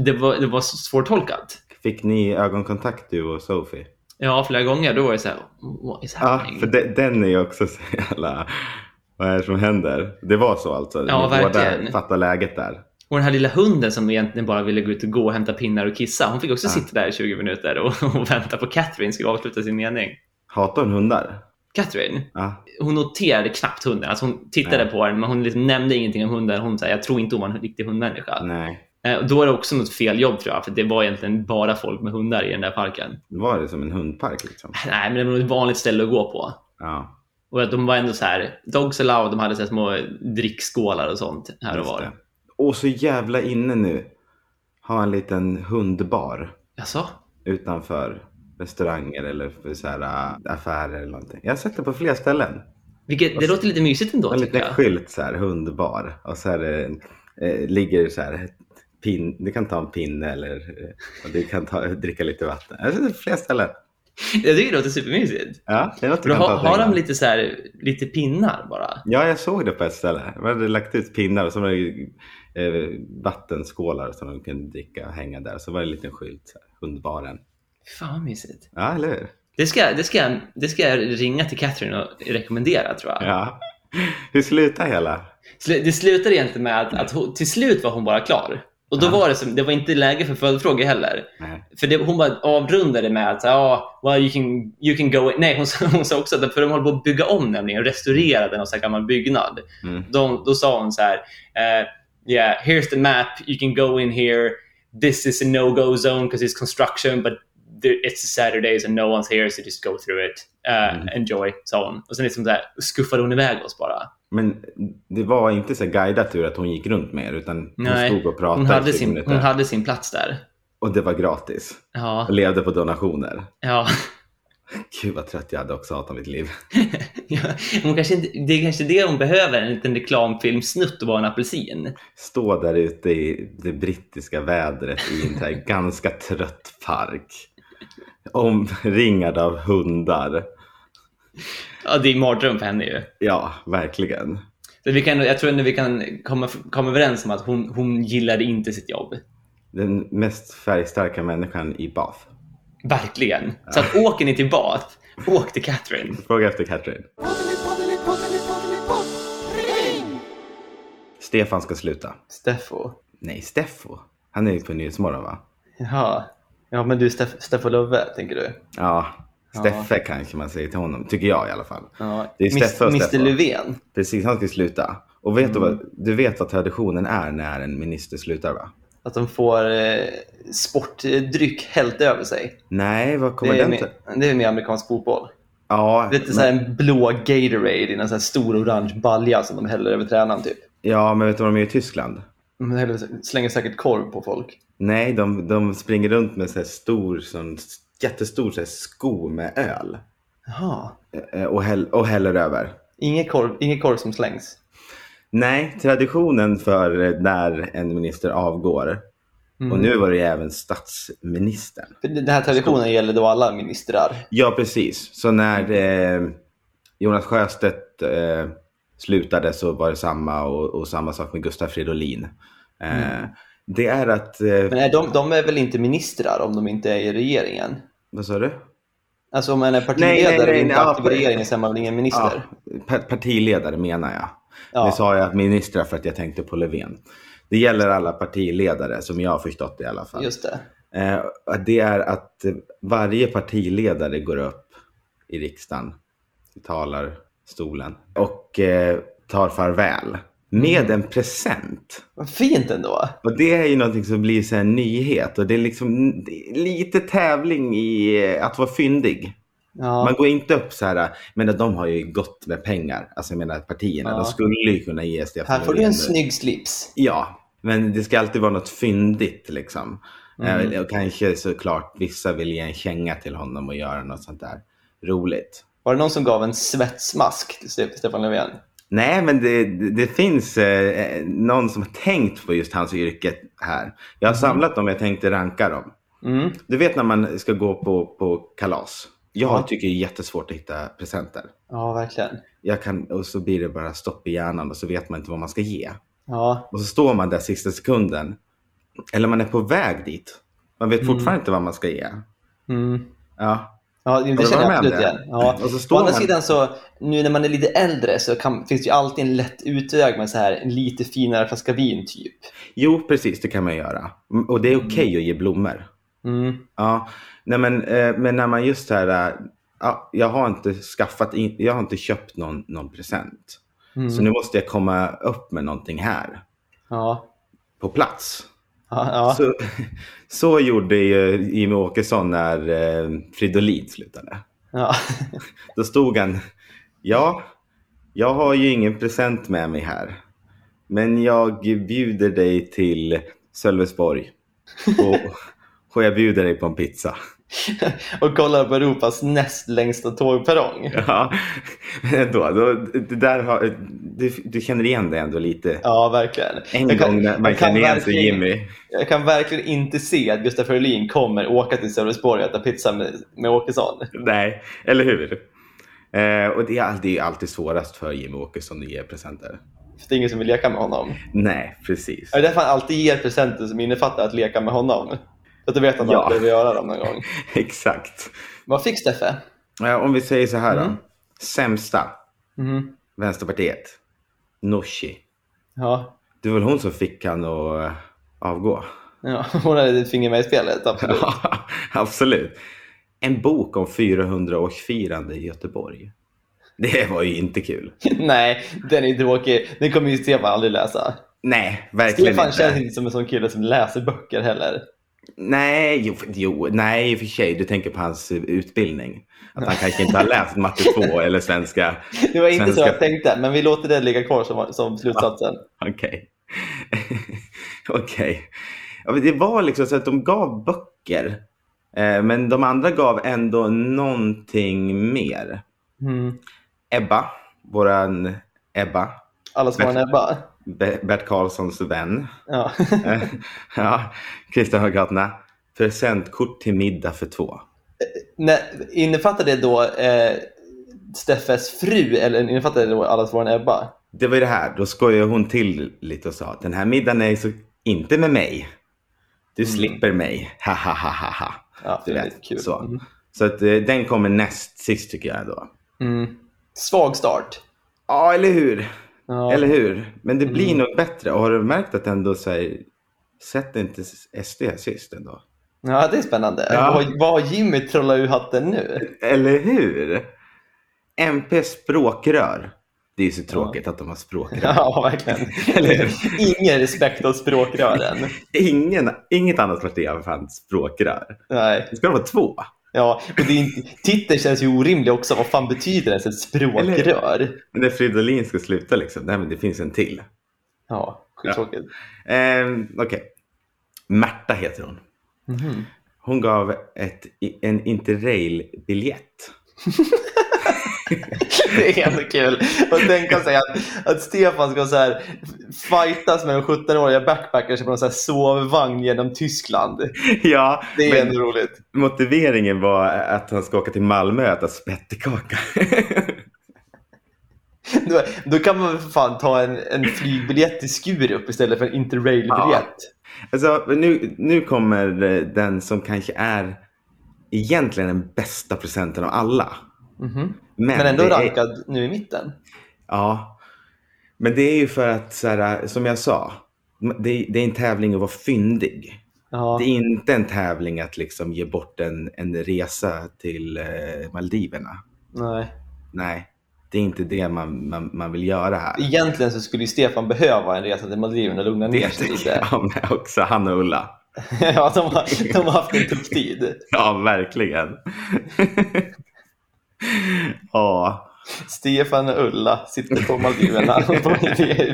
Speaker 1: det var, det var svårtolkat.
Speaker 2: Fick ni ögonkontakt du och Sophie?
Speaker 1: Ja, flera gånger. Då var det så här, what is
Speaker 2: Ja,
Speaker 1: happening?
Speaker 2: för de, den är ju också så jävla... Vad är det som händer? Det var så alltså?
Speaker 1: Ja,
Speaker 2: Ni båda
Speaker 1: verkligen.
Speaker 2: fattar läget där?
Speaker 1: Och den här lilla hunden som egentligen bara ville gå ut och gå och hämta pinnar och kissa, hon fick också
Speaker 2: Ja.
Speaker 1: sitta där i 20 minuter och, (laughs) och vänta på Catherine skulle avsluta sin mening.
Speaker 2: Hatar hon hundar?
Speaker 1: Catherine,
Speaker 2: Ja.
Speaker 1: hon noterade knappt hunden. Alltså hon tittade
Speaker 2: Nej.
Speaker 1: på den, men hon liksom nämnde ingenting om hunden. Hon sa, jag tror inte hon var en riktig hundmänniska.
Speaker 2: Nej.
Speaker 1: Eh, och då är det också något fel jobb tror jag, för det var egentligen bara folk med hundar i den där parken.
Speaker 2: Var det som en hundpark liksom?
Speaker 1: Nej, men det var nog ett vanligt ställe att gå på.
Speaker 2: Ja.
Speaker 1: Och att de var ändå så här, dogs allowed, de hade så här små drickskålar och sånt här och
Speaker 2: just
Speaker 1: var.
Speaker 2: det. Och så jävla inne nu. Ha en liten hundbar
Speaker 1: Jaså?
Speaker 2: utanför restauranger eller för så här, äh, affärer eller någonting. Jag har sett det på fler ställen.
Speaker 1: Vilket, det låter lite mysigt ändå
Speaker 2: En
Speaker 1: tycker
Speaker 2: liten
Speaker 1: jag.
Speaker 2: skylt så här, hundbar. Och så här, eh, eh, ligger det så här, pin, du kan ta en pinne eller eh, och du kan ta, dricka lite vatten. Jag har sett det på fler ställen.
Speaker 1: Jag tycker det låter supermysigt.
Speaker 2: Ja, det är något du
Speaker 1: Då
Speaker 2: kan
Speaker 1: har,
Speaker 2: ta till
Speaker 1: har de
Speaker 2: England.
Speaker 1: lite, så här, lite pinnar bara?
Speaker 2: Ja, jag såg det på ett ställe. De hade lagt ut pinnar och så var det ju, eh, vattenskålar som de kunde dricka och hänga där. Så var det en liten skylt, så här, hundbaren.
Speaker 1: Fan vad mysigt.
Speaker 2: Ja, eller hur?
Speaker 1: Det ska, det, ska, det ska jag ringa till Katrin och rekommendera tror jag.
Speaker 2: Ja. Hur slutar hela?
Speaker 1: Slu- Det slutade egentligen med att, att hon, till slut var hon bara klar. Och då
Speaker 2: Ja.
Speaker 1: var det, som, det var inte läge för följdfrågor heller.
Speaker 2: Nej.
Speaker 1: För det, hon bara avrundade med att ja, well you can, you can go in. Nej, hon, sa- hon sa också att för de håller på att bygga om nämligen, restaurera den och så här gammal byggnad.
Speaker 2: Mm.
Speaker 1: De, då sa hon så här, eh, yeah, here's the map, you can go in here, this is a no-go zone because it's construction, but there, it's a Saturday so no one's here so just go through it, Eh,
Speaker 2: Mm.
Speaker 1: enjoy, sa hon. Och sen liksom så här, skuffade hon iväg oss bara.
Speaker 2: Men det var inte så guidat ur att hon gick runt med er, utan hon
Speaker 1: Nej,
Speaker 2: stod och pratade
Speaker 1: Hon
Speaker 2: i
Speaker 1: hade,
Speaker 2: 20
Speaker 1: sin,
Speaker 2: minuter.
Speaker 1: hon hade sin plats där.
Speaker 2: Och det var gratis.
Speaker 1: Ja,
Speaker 2: Och levde på donationer.
Speaker 1: ja.
Speaker 2: Gud vad trött jag hade också hatat mitt liv.
Speaker 1: Ja, hon kanske inte, det är kanske det hon behöver, en liten reklamfilmsnutt och vara en apelsin.
Speaker 2: Stå där ute i det brittiska vädret i en så här ganska trött park. Omringad av hundar.
Speaker 1: Ja, det är en mardröm för henne ju.
Speaker 2: Ja, verkligen.
Speaker 1: Så vi kan, jag tror ändå vi kan komma, komma överens om att hon, hon gillade inte sitt jobb.
Speaker 2: Den mest färgstarka människan i Bath.
Speaker 1: Verkligen. Så att åker ni till Bath, åk till Catherine.
Speaker 2: Fråga efter Katrin. Stefan ska sluta.
Speaker 10: Steffo.
Speaker 2: Nej, Steffo. Han är ju på Nyhetsmorgon va?
Speaker 10: Jaha. Ja, men du Steff, Steffo Löfve, tänker du?
Speaker 2: Ja, Steffe kanske man säger till honom. Tycker jag i alla fall.
Speaker 10: Ja.
Speaker 2: Det är Steffo och
Speaker 10: Mr
Speaker 2: Steffo.
Speaker 10: Löfven.
Speaker 2: Precis, han ska sluta. Och vet du,
Speaker 10: Mm.
Speaker 2: vad, du vet vad traditionen är när en minister slutar va?
Speaker 10: Att de får eh, sportdryck hällt över sig.
Speaker 2: Nej, vad kommer
Speaker 10: Det är,
Speaker 2: den till?
Speaker 10: med, det är med amerikansk fotboll.
Speaker 2: Ja,
Speaker 10: Det är så här en blå Gatorade i en sån här stor orange balja som de häller över tränaren typ.
Speaker 2: ja, men vet du vad de gör i Tyskland?
Speaker 10: De häller, slänger säkert korv på folk.
Speaker 2: Nej, de, de springer runt med så här stor, sån, jättestor så här sko med öl
Speaker 10: Jaha.
Speaker 2: eh, och, häll, och häller över.
Speaker 10: Ingen korv, ingen korv som slängs.
Speaker 2: Nej, traditionen för när en minister avgår,
Speaker 10: Mm.
Speaker 2: och nu var det ju även statsministern.
Speaker 10: För det- Den här traditionen gäller då alla ministrar.
Speaker 2: Ja, precis. Så när eh, Jonas Sjöstedt eh, slutade så var det samma och, och samma sak med Gustav Fridolin. Eh,
Speaker 10: Mm.
Speaker 2: Det är att...
Speaker 10: Men
Speaker 2: Eh,
Speaker 10: är de, de är väl inte ministrar om de inte är i regeringen?
Speaker 2: vad sa du?
Speaker 10: Alltså om man är
Speaker 2: Nej, nej,
Speaker 10: partiledare
Speaker 2: nej,
Speaker 10: och inte
Speaker 2: nej,
Speaker 10: aktiv i
Speaker 2: ja,
Speaker 10: regeringen så är man väl ingen
Speaker 2: Ja,
Speaker 10: minister?
Speaker 2: pa- partiledare menar jag.
Speaker 10: Ja.
Speaker 2: Nu sa jag att ministrar för att jag tänkte på Löfven. Det gäller alla partiledare, som jag har förstått det i alla fall.
Speaker 10: Just det.
Speaker 2: Eh, att det är att eh, varje partiledare går upp i riksdagen, i talarstolen, och eh, tar farväl med en present.
Speaker 10: Vad fint ändå.
Speaker 2: Och det är ju någonting som blir så här en nyhet och det är liksom det är lite tävling i eh, att vara fyndig.
Speaker 10: Ja.
Speaker 2: Man går inte upp så här, eh, men att de har ju gott med pengar, alltså jag menar partierna,
Speaker 10: Ja.
Speaker 2: de skulle ju kunna ge Stefan
Speaker 10: Här får du
Speaker 2: Löfven
Speaker 10: en
Speaker 2: nu.
Speaker 10: snygg slips.
Speaker 2: Ja, men det ska alltid vara något fyndigt liksom.
Speaker 1: Mm.
Speaker 2: Eh, Och kanske såklart vissa vill ge en känga till honom och göra något sånt där roligt.
Speaker 10: Var det någon som gav en svetsmask till Ste- Stefan Löfven?
Speaker 2: Nej, men det, det, det finns eh, någon som har tänkt på just hans yrke här. Jag har samlat dem, jag tänkte ranka dem.
Speaker 1: Mm.
Speaker 2: Du vet när man ska gå på, på kalas. Jag
Speaker 1: Ja.
Speaker 2: tycker det är jättesvårt att hitta presenter.
Speaker 1: Ja, verkligen.
Speaker 2: Jag kan, och så blir det bara stopp i hjärnan och så vet man inte vad man ska ge.
Speaker 1: Ja,
Speaker 2: Och så står man där sista sekunden. Eller man är på väg dit. Man vet fortfarande inte vad man ska ge.
Speaker 1: mm.
Speaker 2: Ja.
Speaker 1: ja det
Speaker 2: du
Speaker 1: känner jag
Speaker 2: varit med om
Speaker 1: absolut
Speaker 2: det?
Speaker 1: igen. Ja.
Speaker 2: Och så står
Speaker 1: Å andra
Speaker 2: man-
Speaker 1: sidan så, nu när man är lite äldre så kan, finns det ju alltid en lätt utväg med så här, en lite finare flaska vin typ.
Speaker 2: Jo, precis, det kan man göra. Mm, Och det är okej att ge blommor.
Speaker 1: Mm.
Speaker 2: Ja, nej men, eh, men när man just här, eh, ja, jag har inte skaffat, in, jag har inte köpt någon, någon present.
Speaker 1: Mm.
Speaker 2: Så nu måste jag komma upp med någonting här
Speaker 1: Ja.
Speaker 2: på plats.
Speaker 1: Ja, ja.
Speaker 2: Så, (laughs) så gjorde ju Jimmie Åkesson när eh, Fridolin slutade.
Speaker 1: ja. (laughs)
Speaker 2: Då stod han, ja, jag har ju ingen present med mig här. Men jag bjuder dig till Sölvesborg. Och, (laughs) och jag bjuder dig på en pizza. (laughs)
Speaker 1: Och kollar på Europas näst längsta tågperrong.
Speaker 2: Ja, men ändå. Då, det där har, du, du känner igen det ändå lite.
Speaker 1: Ja, verkligen.
Speaker 2: En
Speaker 1: Jag
Speaker 2: gång när man
Speaker 1: jag kan
Speaker 2: känner igen sig
Speaker 1: verkligen-
Speaker 2: Jimmy.
Speaker 1: Jag kan verkligen inte se att Gustaf Frölin kommer åka till Sölvesborg och äta pizza med, med Åkesson.
Speaker 2: Nej, eller hur? Eh, och det är, all- det är alltid svårast för Jimmy Åkesson att ge presenter.
Speaker 1: För det är ingen som vill leka med honom.
Speaker 2: Nej, precis.
Speaker 1: Det är därför han alltid ger presenter som innefattar att leka med honom. För att då vet han att
Speaker 2: Ja.
Speaker 1: han behöver göra dem någon gång.
Speaker 2: (laughs) Exakt.
Speaker 1: Vad fick Steffe?
Speaker 2: Eh, om vi säger så här då.
Speaker 1: Mm.
Speaker 2: Sämsta,
Speaker 1: Mhm.
Speaker 2: Vänsterpartiet. Nooshi.
Speaker 1: Ja.
Speaker 2: Det var väl hon som fick han att eh, avgå? (laughs)
Speaker 1: ja, (laughs) hon hade ett finger med i spelet. Absolut. (laughs)
Speaker 2: Ja, absolut. En bok om 400-årsfirande i Göteborg. Det var ju inte kul.
Speaker 1: Nej, den är tråkig. Den kommer ju Stefan aldrig läsa.
Speaker 2: Nej, verkligen
Speaker 1: Stefan
Speaker 2: inte.
Speaker 1: känns inte som en sån kille som läser böcker heller.
Speaker 2: Nej, jo, för- jo, nej, i och för sig. Du tänker på hans eh, utbildning. Att han kanske inte har läst matte 2
Speaker 1: (laughs)
Speaker 2: eller svenska.
Speaker 1: Det var inte så
Speaker 2: svenska-
Speaker 1: jag tänkte, men vi låter det ligga kvar som, som slutsatsen.
Speaker 2: Okej. (laughs) Okej. Ja, men Det var liksom så att de gav böcker. eh, Men de andra gav ändå någonting mer.
Speaker 1: Mm.
Speaker 2: Ebba, våran Ebba,
Speaker 1: Alla som har en Ebba.
Speaker 2: Be- Bert Karlssons vän. (laughs)
Speaker 1: Ja.
Speaker 2: Eh, ja, Kristdemokraterna. Presentkort till middag för två.
Speaker 1: (laughs) Nej, innefattar det då eh, Steffes fru eller innefattar det då allas vår Ebba?
Speaker 2: Det var ju det här, då skojade hon till lite och sa att den här middagen är så inte med mig. Du slipper mig. Ha ha ha ha ha.
Speaker 1: Ja,
Speaker 2: Du
Speaker 1: det är
Speaker 2: vet,
Speaker 1: lite kul.
Speaker 2: Så,
Speaker 1: Mm.
Speaker 2: så att, eh, den kommer näst sist tycker jag då.
Speaker 1: Mm. Svag start.
Speaker 2: Ja, eller hur?
Speaker 1: Ja.
Speaker 2: Eller hur? Men det blir nog bättre. Och har du märkt att ändå så här, sätt inte SD sist ändå?
Speaker 1: Ja, det är spännande.
Speaker 2: Ja.
Speaker 1: Vad, vad har Jimmy trollat ur hatten nu?
Speaker 2: Eller hur? MP språkrör. Det är ju så tråkigt att de har (laughs) språkrör.
Speaker 1: (laughs) Ja, verkligen.
Speaker 2: Eller hur?
Speaker 1: Ingen respekt åt språkrören.
Speaker 2: Ingen, inget annat parti har fan språkrör.
Speaker 1: Nej.
Speaker 2: Det ska vara två.
Speaker 1: Ja, och det är inte, titeln känns ju orimlig också. Vad fan betyder ens ett språkrör?
Speaker 2: Men när Fridolin ska sluta liksom, nej men det finns en till.
Speaker 1: Ja, skittråkigt.
Speaker 2: Ehm, Okej. Märta heter hon.
Speaker 1: Mhm.
Speaker 2: Hon gav ett, en interrail-biljett.
Speaker 1: (laughs)
Speaker 2: (laughs)
Speaker 1: Det är ändå kul att tänka sig att, att Stefan ska så här fightas med en 17-åriga backpackers på en så här sovvagn genom Tyskland.
Speaker 2: Ja,
Speaker 1: Det är
Speaker 2: men
Speaker 1: ändå roligt.
Speaker 2: motiveringen var att han ska åka till Malmö och äta spettekaka. (laughs)
Speaker 1: Då, då kan man väl för fan ta en, en flygbiljett till Skurup istället för en interrailbiljett.
Speaker 2: Alltså, men nu, nu kommer eh, den som kanske är egentligen den bästa presenten av alla. Men,
Speaker 1: Mhm. Men ändå
Speaker 2: det är-
Speaker 1: rankad nu i mitten.
Speaker 2: Ja. Men det är ju för att, så här, som jag sa, det, det är en tävling att vara fyndig.
Speaker 1: Ja,
Speaker 2: Det är inte en tävling att liksom ge bort en, en resa till eh, Maldiverna.
Speaker 1: nej.
Speaker 2: Nej, det är inte det man, man, man vill göra här.
Speaker 1: Egentligen så skulle ju Stefan behöva en resa till Maldiverna och lugna ner
Speaker 2: Det
Speaker 1: sig
Speaker 2: tänker
Speaker 1: lite.
Speaker 2: jag med också, han och Ulla.
Speaker 1: (laughs) Ja, de har, de har haft en tuff tid.
Speaker 2: Ja, verkligen. (laughs) ja,
Speaker 1: (laughs) Stefan och Ulla sitter på Maldiverna och på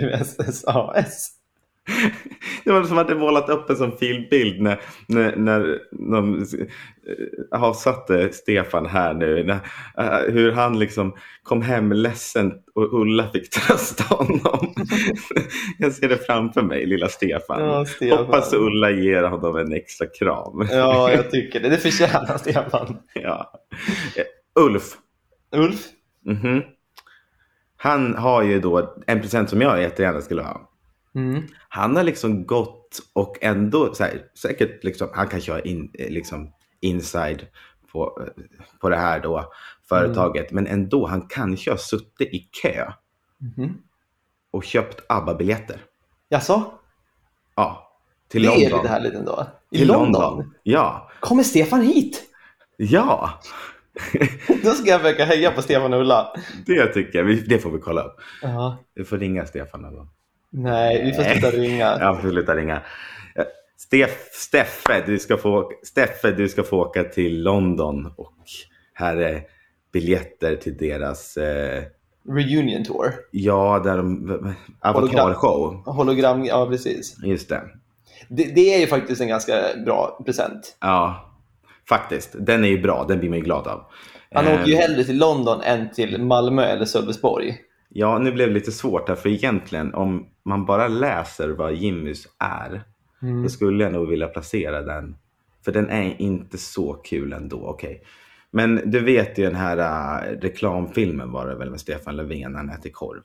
Speaker 1: USSAS.
Speaker 2: Det var som att de målat upp en sån fin bild när, när, när de eh, avsatte Stefan här nu. När, eh, hur han liksom kom hem ledsen och Ulla fick trösta honom. (laughs) Jag ser det framför mig, lilla Stefan.
Speaker 1: Ja, Stefan.
Speaker 2: Hoppas Ulla ger honom en extra kram. (laughs)
Speaker 1: Ja, jag tycker det. Det förtjänar Stefan.
Speaker 2: Ja. Eh, Ulf.
Speaker 1: Ulf?
Speaker 2: Mhm. Han har ju då en present som jag jättegärna skulle ha.
Speaker 11: Mm.
Speaker 2: Han har liksom gått och ändå så här, säkert liksom, han kanske har in, eh, liksom inside på, eh, på det här då företaget.
Speaker 1: Mm.
Speaker 2: Men ändå, han kanske har suttit i kö
Speaker 1: Mhm.
Speaker 2: och köpt ABBA-biljetter.
Speaker 1: Jaså?
Speaker 2: Ja, till
Speaker 1: Det
Speaker 2: London.
Speaker 1: är lite härligt ändå. I
Speaker 2: Till
Speaker 1: London.
Speaker 2: Ja,
Speaker 1: Kommer Stefan hit? (laughs)
Speaker 2: ja,
Speaker 1: Då ska jag försöka heja på Stefan och Ulla.
Speaker 2: det tycker jag. Vi- Det får vi kolla upp.
Speaker 1: Ja.
Speaker 2: Du får ringa Stefan någon gång.
Speaker 1: Nej, vi får sluta ringa.
Speaker 2: Ja, vi får sluta ringa. Eh, Steff, Steffe, du ska få, Steffe, du ska få åka till London och här är biljetter till deras, eh,
Speaker 1: Reunion tour.
Speaker 2: ja, där de, avatarshow.
Speaker 1: Hologram, ja precis.
Speaker 2: Just det.
Speaker 1: Det, det är ju faktiskt en ganska bra present.
Speaker 2: Ja, faktiskt. Den är ju bra. Den blir man ju glad av.
Speaker 1: Han
Speaker 2: Eh,
Speaker 1: åker ju hellre till London än till Malmö eller Sölvesborg.
Speaker 2: Ja, nu blev det lite svårt här, för egentligen om man bara läser vad Jimmys är, då
Speaker 1: Mm.
Speaker 2: skulle jag nog vilja placera den. För den är inte så kul ändå. Okej. Men du vet ju den här äh, reklamfilmen var det väl med Stefan Löfven när han äter korv?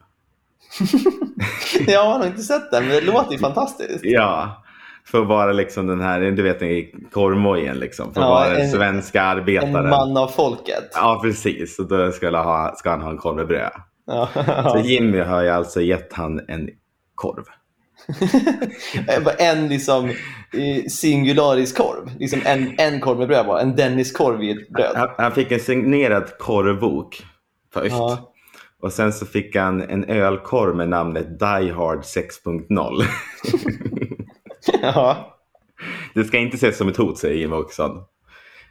Speaker 1: (laughs) Jag har inte sett den, men det låter ju fantastiskt.
Speaker 2: Ja, för att vara liksom den här, du vet den i korvmojen liksom, för att
Speaker 1: Ja,
Speaker 2: vara den
Speaker 1: en-
Speaker 2: svenska
Speaker 1: En
Speaker 2: arbetaren.
Speaker 1: man av folket.
Speaker 2: Ja, precis. Och då ska, han ha, ska han ha en korv med bröd.
Speaker 1: Ja.
Speaker 2: Så Jimmy har ju alltså gett han en korv.
Speaker 1: (laughs) Bara en liksom eh, singularisk korv. Liksom en, en korv med bröd bara. En Dennis-korv i ett bröd.
Speaker 2: Han, han fick en signerad korvbok först.
Speaker 1: Ja.
Speaker 2: Och sen så fick han en ölkorv med namnet Die Hard 6.0.
Speaker 1: Ja.
Speaker 2: (laughs) det ska inte ses som ett hot, säger Jimmie Åkesson.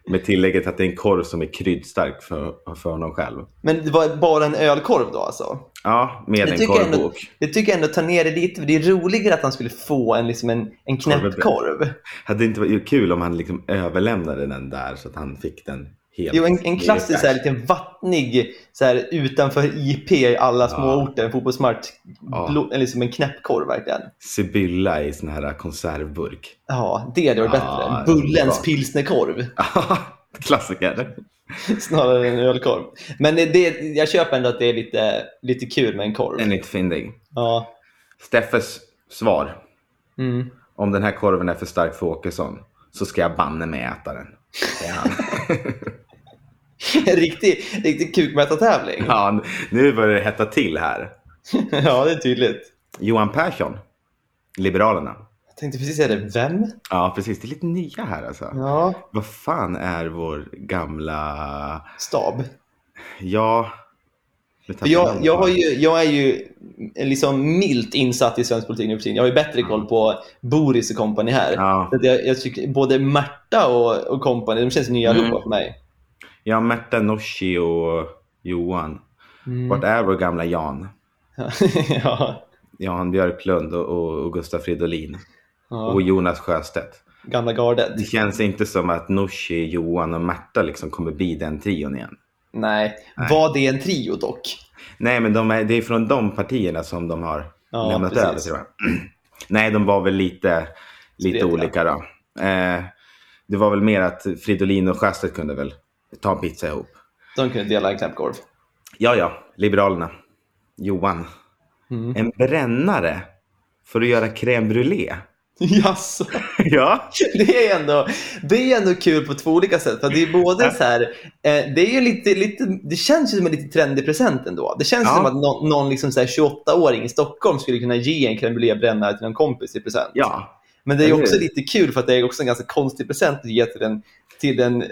Speaker 2: Med tillägget att det är en korv som är kryddstark för, för honom själv.
Speaker 1: Men det var bara en ölkorv då alltså?
Speaker 2: Ja, med
Speaker 1: Det
Speaker 2: en
Speaker 1: tycker, jag ändå,
Speaker 2: korvbok.
Speaker 1: det tycker jag ändå tar ner det lite. för Det är roligare att han skulle få en, liksom en, en knäppt korv.
Speaker 2: Hade det inte varit kul om han liksom överlämnade den där så att han fick den helt?
Speaker 1: Jo, en, en klassisk så här, liten vattnig så här, utanför IP i alla små
Speaker 2: Ja.
Speaker 1: orter, en fotbollsmatch.
Speaker 2: Ja.
Speaker 1: Blå, eller liksom en knäppkorv verkligen.
Speaker 2: Sibylla i sån här konservburk. (laughs)
Speaker 1: Ja, det hade varit
Speaker 2: Ja,
Speaker 1: bättre. Bullens
Speaker 2: bra.
Speaker 1: pilsnerkorv (laughs)
Speaker 2: Klassiker.
Speaker 1: snarare än en ölkorv. Men det, det, jag köper ändå att det är lite, lite kul med en korv.
Speaker 2: Den är lite fyndig.
Speaker 1: Ja. (laughs)
Speaker 2: Steffes svar
Speaker 1: Mm.
Speaker 2: om den här korven är för stark för Åkesson så ska jag banne mig äta den. (laughs) säger han.
Speaker 1: En riktig, riktig kukmätartävling. Ja.
Speaker 2: ja, nu börjar det hetta till här.
Speaker 1: (laughs) ja, det är tydligt.
Speaker 2: Johan Persson, Liberalerna.
Speaker 1: Jag tänkte precis säga det. Vem?
Speaker 2: Ja, precis. Det är lite nya här alltså.
Speaker 1: Ja,
Speaker 2: Vad fan är vår gamla...
Speaker 1: stab.
Speaker 2: Ja... nu tappar
Speaker 1: Jag,
Speaker 2: namnet
Speaker 1: jag,
Speaker 2: på
Speaker 1: har
Speaker 2: den.
Speaker 1: ju, jag är ju liksom milt insatt i svensk politik nu för tiden. Jag har ju bättre koll på Boris och kompani här.
Speaker 2: Ja.
Speaker 1: Så att jag, jag tycker både Märta och, och kompani, de känns nya
Speaker 2: Mm.
Speaker 1: allihopa för mig.
Speaker 2: Ja, Märta Nooshi och Johan.
Speaker 1: Mm.
Speaker 2: Vart är vår gamla Jan?
Speaker 1: (laughs) ja.
Speaker 2: Jan Björklund och, och, och Gustav Fridolin.
Speaker 1: Ja.
Speaker 2: Och Jonas Sjöstedt.
Speaker 1: Gamla gardet.
Speaker 2: Det känns inte som att Nooshi, Johan och Märta liksom kommer bli den trion igen.
Speaker 1: Nej. Var det en trio dock?
Speaker 2: Nej, men de är, det är från de partierna som de har
Speaker 1: Ja,
Speaker 2: lämnat
Speaker 1: precis.
Speaker 2: över, tror jag. (clears throat) Nej, de var väl lite, lite
Speaker 1: Spretiga.
Speaker 2: olika då. Eh, det var väl mer att Fridolin och Sjöstedt kunde väl ta en pizza ihop.
Speaker 1: De kunde dela en knäppkorv.
Speaker 2: Ja, ja, Liberalerna. Johan.
Speaker 1: Mm.
Speaker 2: En brännare för att göra crème brûlée.
Speaker 1: (laughs)
Speaker 2: (laughs)
Speaker 1: Jaså?
Speaker 2: ja,
Speaker 1: (laughs) Det är, ändå, det är ändå kul på två olika sätt. För det är både så här, eh, det, är ju lite, lite, det känns ju som en lite trendig present ändå. Det känns
Speaker 2: Ja.
Speaker 1: som att någon, någon liksom så här 28-åring i Stockholm skulle kunna ge en crème brûlée brännare till någon kompis i present.
Speaker 2: ja.
Speaker 1: Men det är ju
Speaker 2: eller
Speaker 1: också
Speaker 2: hur?
Speaker 1: lite kul för att det är också en ganska konstig present att ge till en, till en,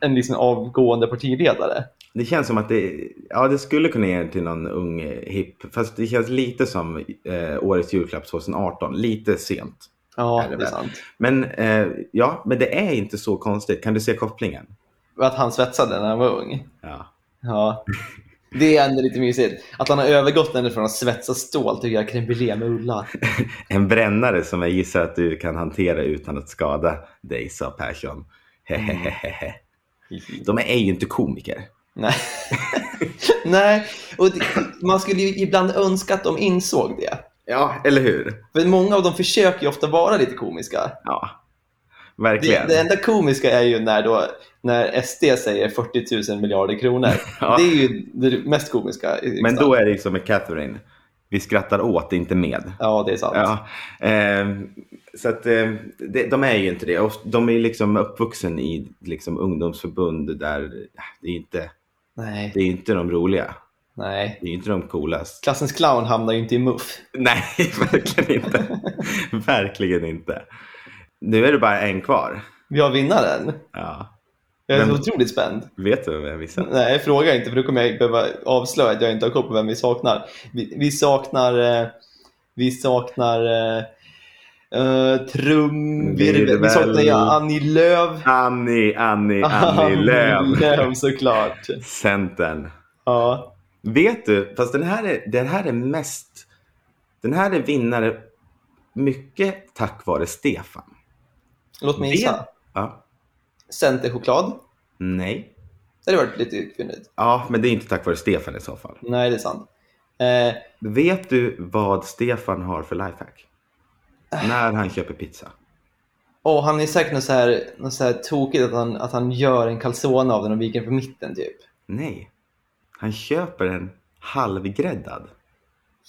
Speaker 1: en liksom avgående partiledare.
Speaker 2: Det känns som att det, ja, det skulle kunna ge till någon ung eh, hipp. Fast det känns lite som eh, årets julklapp 2018. Lite sent.
Speaker 1: Ja,
Speaker 2: Är
Speaker 1: det
Speaker 2: det
Speaker 1: är
Speaker 2: väl?
Speaker 1: sant.
Speaker 2: Men, eh, ja, men det är inte så konstigt. Kan du se kopplingen?
Speaker 1: Att han svetsade när han var ung.
Speaker 2: Ja.
Speaker 1: Ja. Det är ändå lite mysigt. Att han har övergått ändå från att svetsa stål tycker jag crème brûlée med ullar.
Speaker 2: En brännare som jag gissar att du kan hantera utan att skada dig, sa Persson. Hehehehe. De är ju inte komiker.
Speaker 1: Nej. (laughs) Nej, och det, man skulle ju ibland önska att de insåg det.
Speaker 2: Ja, eller hur?
Speaker 1: För många av dem försöker ju ofta vara lite komiska.
Speaker 2: Ja,
Speaker 1: Det,
Speaker 2: verkligen.
Speaker 1: det enda komiska är ju när, då, när SD säger 40 000 miljarder kronor.
Speaker 2: (laughs) Ja.
Speaker 1: Det är ju det mest komiska. eh, i
Speaker 2: Men
Speaker 1: riksdagen.
Speaker 2: då är det ju som med Catherine. Vi skrattar åt, inte med.
Speaker 1: Ja, det är sant.
Speaker 2: Ja, eh, så att eh, det, de är ju inte det. Och de är liksom uppvuxen i liksom, ungdomsförbund där eh, det är, inte,
Speaker 1: Nej,
Speaker 2: det är inte de roliga.
Speaker 1: nej.
Speaker 2: Det är inte de coolaste.
Speaker 1: Klassens clown hamnar ju inte i muff.
Speaker 2: (laughs) Nej, verkligen inte. (laughs) verkligen inte. Nu är det bara en kvar.
Speaker 1: Vi har vinnaren.
Speaker 2: Ja.
Speaker 1: Jag är
Speaker 2: Vem-
Speaker 1: så otroligt spänd.
Speaker 2: Vet du vem jag missade?
Speaker 1: Nej, fråga inte för då kommer jag behöva avslöja att jag inte har koll på vem vi saknar. Vi, vi saknar, eh, vi saknar eh, eh, trumvirvel. Vi
Speaker 2: Virvel.
Speaker 1: saknar ju Annie Lööf.
Speaker 2: Annie, (laughs) Annie,
Speaker 1: (laughs)
Speaker 2: Annie Lööf.
Speaker 1: Lööf såklart.
Speaker 2: Centern.
Speaker 1: Ja.
Speaker 2: Vet du, fast den här är, den här är mest... Den här är vinnare mycket tack vare Stefan.
Speaker 1: Låt mig gissa.
Speaker 2: Ja.
Speaker 1: Centerchoklad.
Speaker 2: Nej.
Speaker 1: Det hade varit lite kvinnligt.
Speaker 2: Ja, men det är inte tack vare Stefan i så fall.
Speaker 1: Nej, det är sant. Eh,
Speaker 2: Vet du vad Stefan har för lifehack? När han köper pizza.
Speaker 1: och han är säkert något så här, något så här tokigt att han, att han gör en calzone av den och viker den på mitten typ.
Speaker 2: Nej. Han köper en halvgräddad.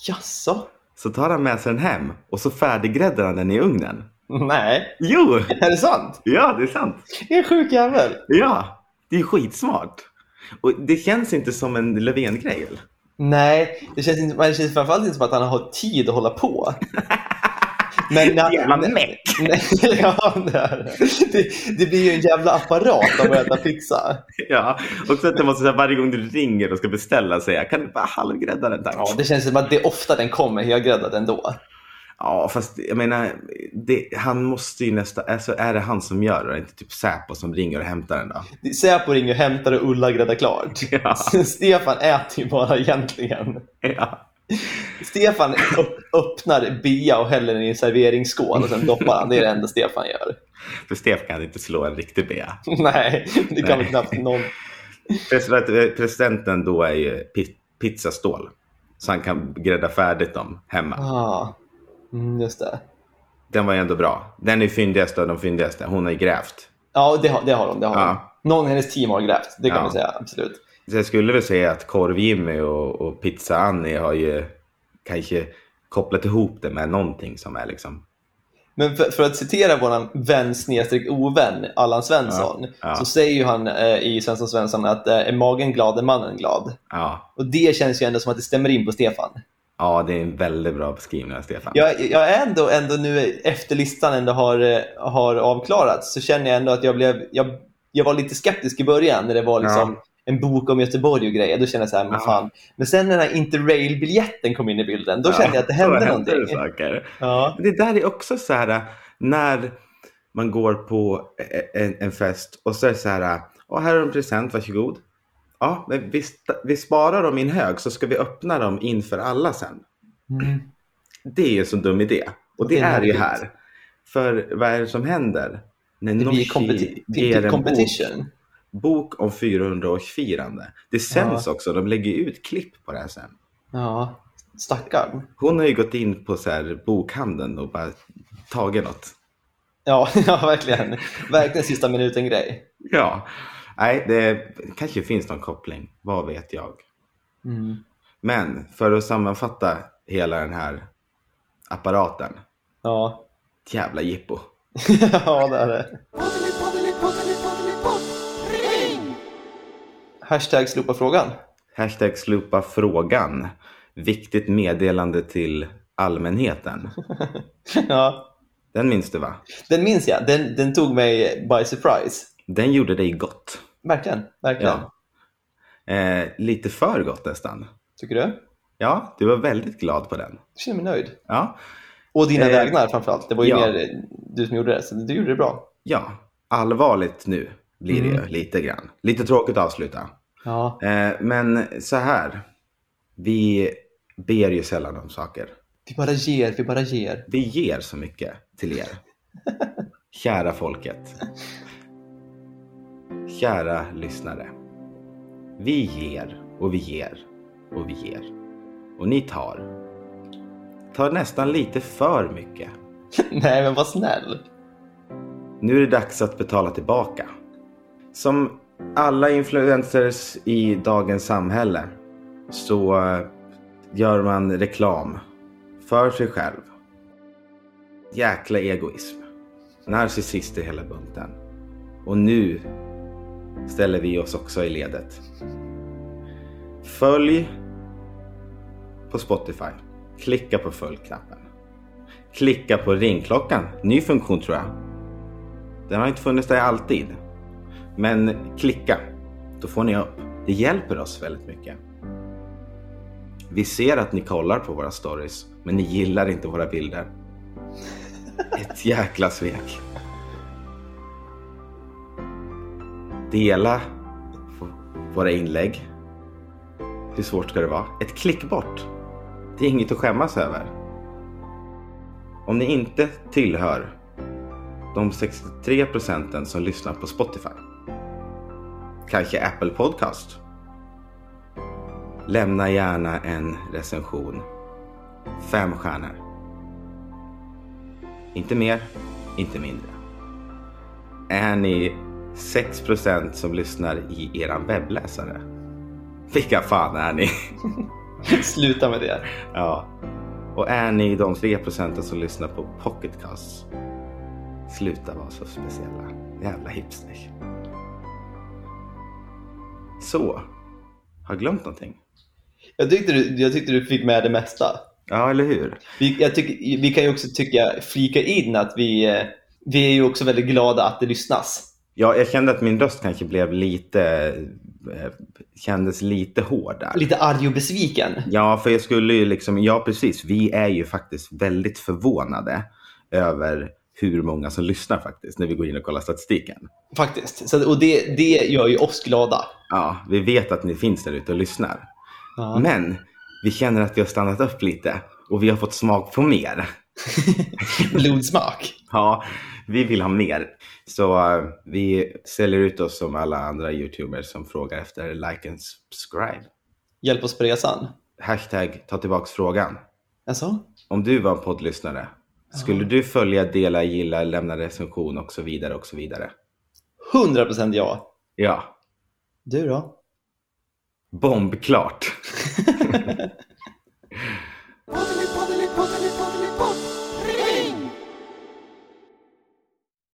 Speaker 1: Jaså?
Speaker 2: Så tar han med sig den hem och så färdiggräddar han den i ugnen.
Speaker 1: (laughs) Nej,
Speaker 2: Jo!
Speaker 1: är det sant?
Speaker 2: Ja, det är sant.
Speaker 1: Det är en sjuk jävel.
Speaker 2: Ja, det är skitsmart. Och det känns inte som en Löfven-grej. eller?
Speaker 1: Nej, det känns, inte, men det känns framförallt inte som att han har tid att hålla
Speaker 2: (laughs)
Speaker 1: på. Men när,
Speaker 2: Jävla mäck!
Speaker 1: nej, (laughs) ja, det, är det. det, det blir ju en jävla apparat av att äta pizza.
Speaker 2: Ja, och så att det måste så här, varje gång du ringer och ska beställa säga kan du bara halvgrädda den tack?
Speaker 1: Ja, det känns som att det är ofta den kommer helgräddad ändå.
Speaker 2: Ja, fast jag menar, det, han måste ju nästan, alltså är det han som gör det? Inte typ Säpo som ringer och hämtar den då?
Speaker 1: Det- Säpo ringer och hämtar och Ulla gräddar klart.
Speaker 2: (laughs) Ja.
Speaker 1: Stefan äter ju bara egentligen.
Speaker 2: Ja,
Speaker 1: Stefan upp, öppnar bea och häller den i en serveringsskål och sen doppar han. Det är det enda Stefan gör. (laughs)
Speaker 2: för Stefan kan inte slå en riktig bea.
Speaker 1: Nej, det kan väl
Speaker 2: Nej.
Speaker 1: knappt någon.
Speaker 2: President, eh, presidenten då är ju pi- pizzastål. Så han kan grädda färdigt dem hemma.
Speaker 1: Ah, mm, just det.
Speaker 2: Den var ju ändå bra. Den är fyndigast av de fyndigaste. Hon har ju grävt.
Speaker 1: Ja, det har, det har de. Det har
Speaker 2: Ja.
Speaker 1: de. Någon i hennes team har grävt, det kan
Speaker 2: Ja.
Speaker 1: man säga. Absolut.
Speaker 2: Så jag skulle väl säga att Korv-Jimmy och, och Pizza-Annie har ju kanske kopplat ihop det med någonting som är liksom...
Speaker 1: Men för, för att citera vår vän snedstreck ovän, Allan Svensson,
Speaker 2: Ja.
Speaker 1: så säger ju han eh, i Svensson Svensson att eh, är magen glad är mannen glad.
Speaker 2: Ja,
Speaker 1: Och det känns ju ändå som att det stämmer in på Stefan.
Speaker 2: ja det är en väldigt bra beskrivning av Stefan.
Speaker 1: Jag, jag är ändå, ändå nu efter listan ändå har, eh, har avklarats så känner jag ändå att jag blev, jag, jag var lite skeptisk i början när det var liksom en bok om Göteborg och grejer. Då kände jag så här, men
Speaker 2: Ja.
Speaker 1: fan. Men sen när den här Interrail-biljetten kom in i bilden, då
Speaker 2: Ja,
Speaker 1: kände jag att det
Speaker 2: (laughs) då
Speaker 1: hände
Speaker 2: det
Speaker 1: någonting.
Speaker 2: saker.
Speaker 1: Ja.
Speaker 2: Det där är också så här äh, när man går på e- en, en fest och så är det så här, äh, Åh, här har du en present, varsågod. Ja, men vi, st- vi sparar dem i en hög så ska vi öppna dem inför alla sen. Det är ju en så dum idé. Och det,
Speaker 1: Mm. Det är
Speaker 2: är ju
Speaker 1: möjligt.
Speaker 2: här. För vad är det som händer? När
Speaker 1: Det blir
Speaker 2: Nooshi
Speaker 1: kompeti-
Speaker 2: ger
Speaker 1: typ
Speaker 2: en bok,
Speaker 1: competition.
Speaker 2: bok om 400-årsfirande. Det sänds också. De lägger ut klipp på det här sen.
Speaker 1: Ja, stackarn.
Speaker 2: Hon har ju gått in på så här bokhandeln och bara tagit något.
Speaker 1: Ja, (laughs) ja verkligen. Verkligen sista minuten-grej.
Speaker 2: Ja. Nej, det kanske finns någon koppling. Vad vet jag?
Speaker 1: Mm.
Speaker 2: Men för att sammanfatta hela den här apparaten.
Speaker 1: Ja. (laughs)
Speaker 2: Jävla jippo.
Speaker 1: ja, det är det. Hashtag slopa frågan. (laughs)
Speaker 2: Hashtag slopa frågan. Viktigt meddelande till allmänheten.
Speaker 1: Ja,
Speaker 2: Den minns du va?
Speaker 1: den minns jag. Den, den tog mig by surprise.
Speaker 2: Den gjorde dig gott.
Speaker 1: Verkligen, verkligen.
Speaker 2: Ja. Eh, lite för gott nästan.
Speaker 1: Tycker du? Jag
Speaker 2: Ja, du var väldigt glad på den.
Speaker 1: känner mig nöjd.
Speaker 2: Ja,
Speaker 1: Och dina
Speaker 2: Eh,
Speaker 1: vägnar framförallt. Det var ju
Speaker 2: ja.
Speaker 1: mer eh, du som gjorde det, så du gjorde det bra.
Speaker 2: ja. allvarligt nu blir det ju lite grann. Lite tråkigt att avsluta.
Speaker 1: Ja.
Speaker 2: Eh, men så här, vi ber ju sällan om saker.
Speaker 1: Vi bara ger, vi bara ger. (laughs)
Speaker 2: Vi ger så mycket till er. Kära folket. Kära lyssnare. Vi ger och vi ger och vi ger. Och ni tar. Tar nästan lite för mycket.
Speaker 1: Nej, men var snäll.
Speaker 2: Nu är det dags att betala tillbaka. Som alla influencers i dagens samhälle så eh, gör man reklam för sig själv. Jäkla egoism. Narcissister hela bunten. Och nu ställer vi oss också i ledet. Följ på Spotify. Klicka på följ-knappen. Klicka på ringklockan. Ny funktion tror jag. Den har inte funnits där alltid. Men klicka. Då får ni upp. Det hjälper oss väldigt mycket. Vi ser att ni kollar på våra stories, men ni gillar inte våra bilder. Ett jäkla svek. Dela v- våra inlägg. Hur svårt ska det vara? Ett klick bort. Det är inget att skämmas över. Om ni inte tillhör de 63 procenten som lyssnar på Spotify. Kanske Apple Podcast. Lämna gärna en recension. Fem stjärnor. Inte mer, inte mindre. Är ni 6 procent som lyssnar i eran webbläsare? Vilka fan är ni?
Speaker 1: Sluta med det.
Speaker 2: Ja. Och är ni de 3 procenten som lyssnar på Pocketcasts? Sluta vara så speciella. Jävla hipsters. Så. Har jag glömt någonting?
Speaker 1: Jag tyckte, du, jag tyckte du fick med det mesta.
Speaker 2: Ja, eller hur?
Speaker 1: Vi, jag tycker, vi kan ju också tycka, flika in att vi, eh, vi är ju också väldigt glada att det lyssnas.
Speaker 2: Ja, jag kände att min röst kanske blev lite... eh, Kändes lite hård där.
Speaker 1: Lite arg och besviken.
Speaker 2: Ja, för jag skulle ju liksom, ja precis, vi är ju faktiskt väldigt förvånade över hur många som lyssnar faktiskt när vi går in och kollar statistiken.
Speaker 1: Faktiskt. Så, att- och det, det gör ju oss glada.
Speaker 2: Ja, vi vet att ni finns där ute och lyssnar.
Speaker 1: Ja.
Speaker 2: Men vi känner att vi har stannat upp lite och vi har fått smak på mer.
Speaker 1: (laughs)
Speaker 2: (laughs)
Speaker 1: Blodsmak.
Speaker 2: Ja, vi vill ha mer. Så eh, vi säljer ut oss som alla andra YouTubers som frågar efter like and subscribe.
Speaker 1: Hjälp oss på resan.
Speaker 2: Hashtag ta tillbaks frågan.
Speaker 1: Alltså?
Speaker 2: om du var en poddlyssnare, skulle du följa, dela, gilla, lämna recension och så vidare och så vidare?
Speaker 1: 100% ja.
Speaker 2: Ja,
Speaker 1: Du då?
Speaker 2: bombklart.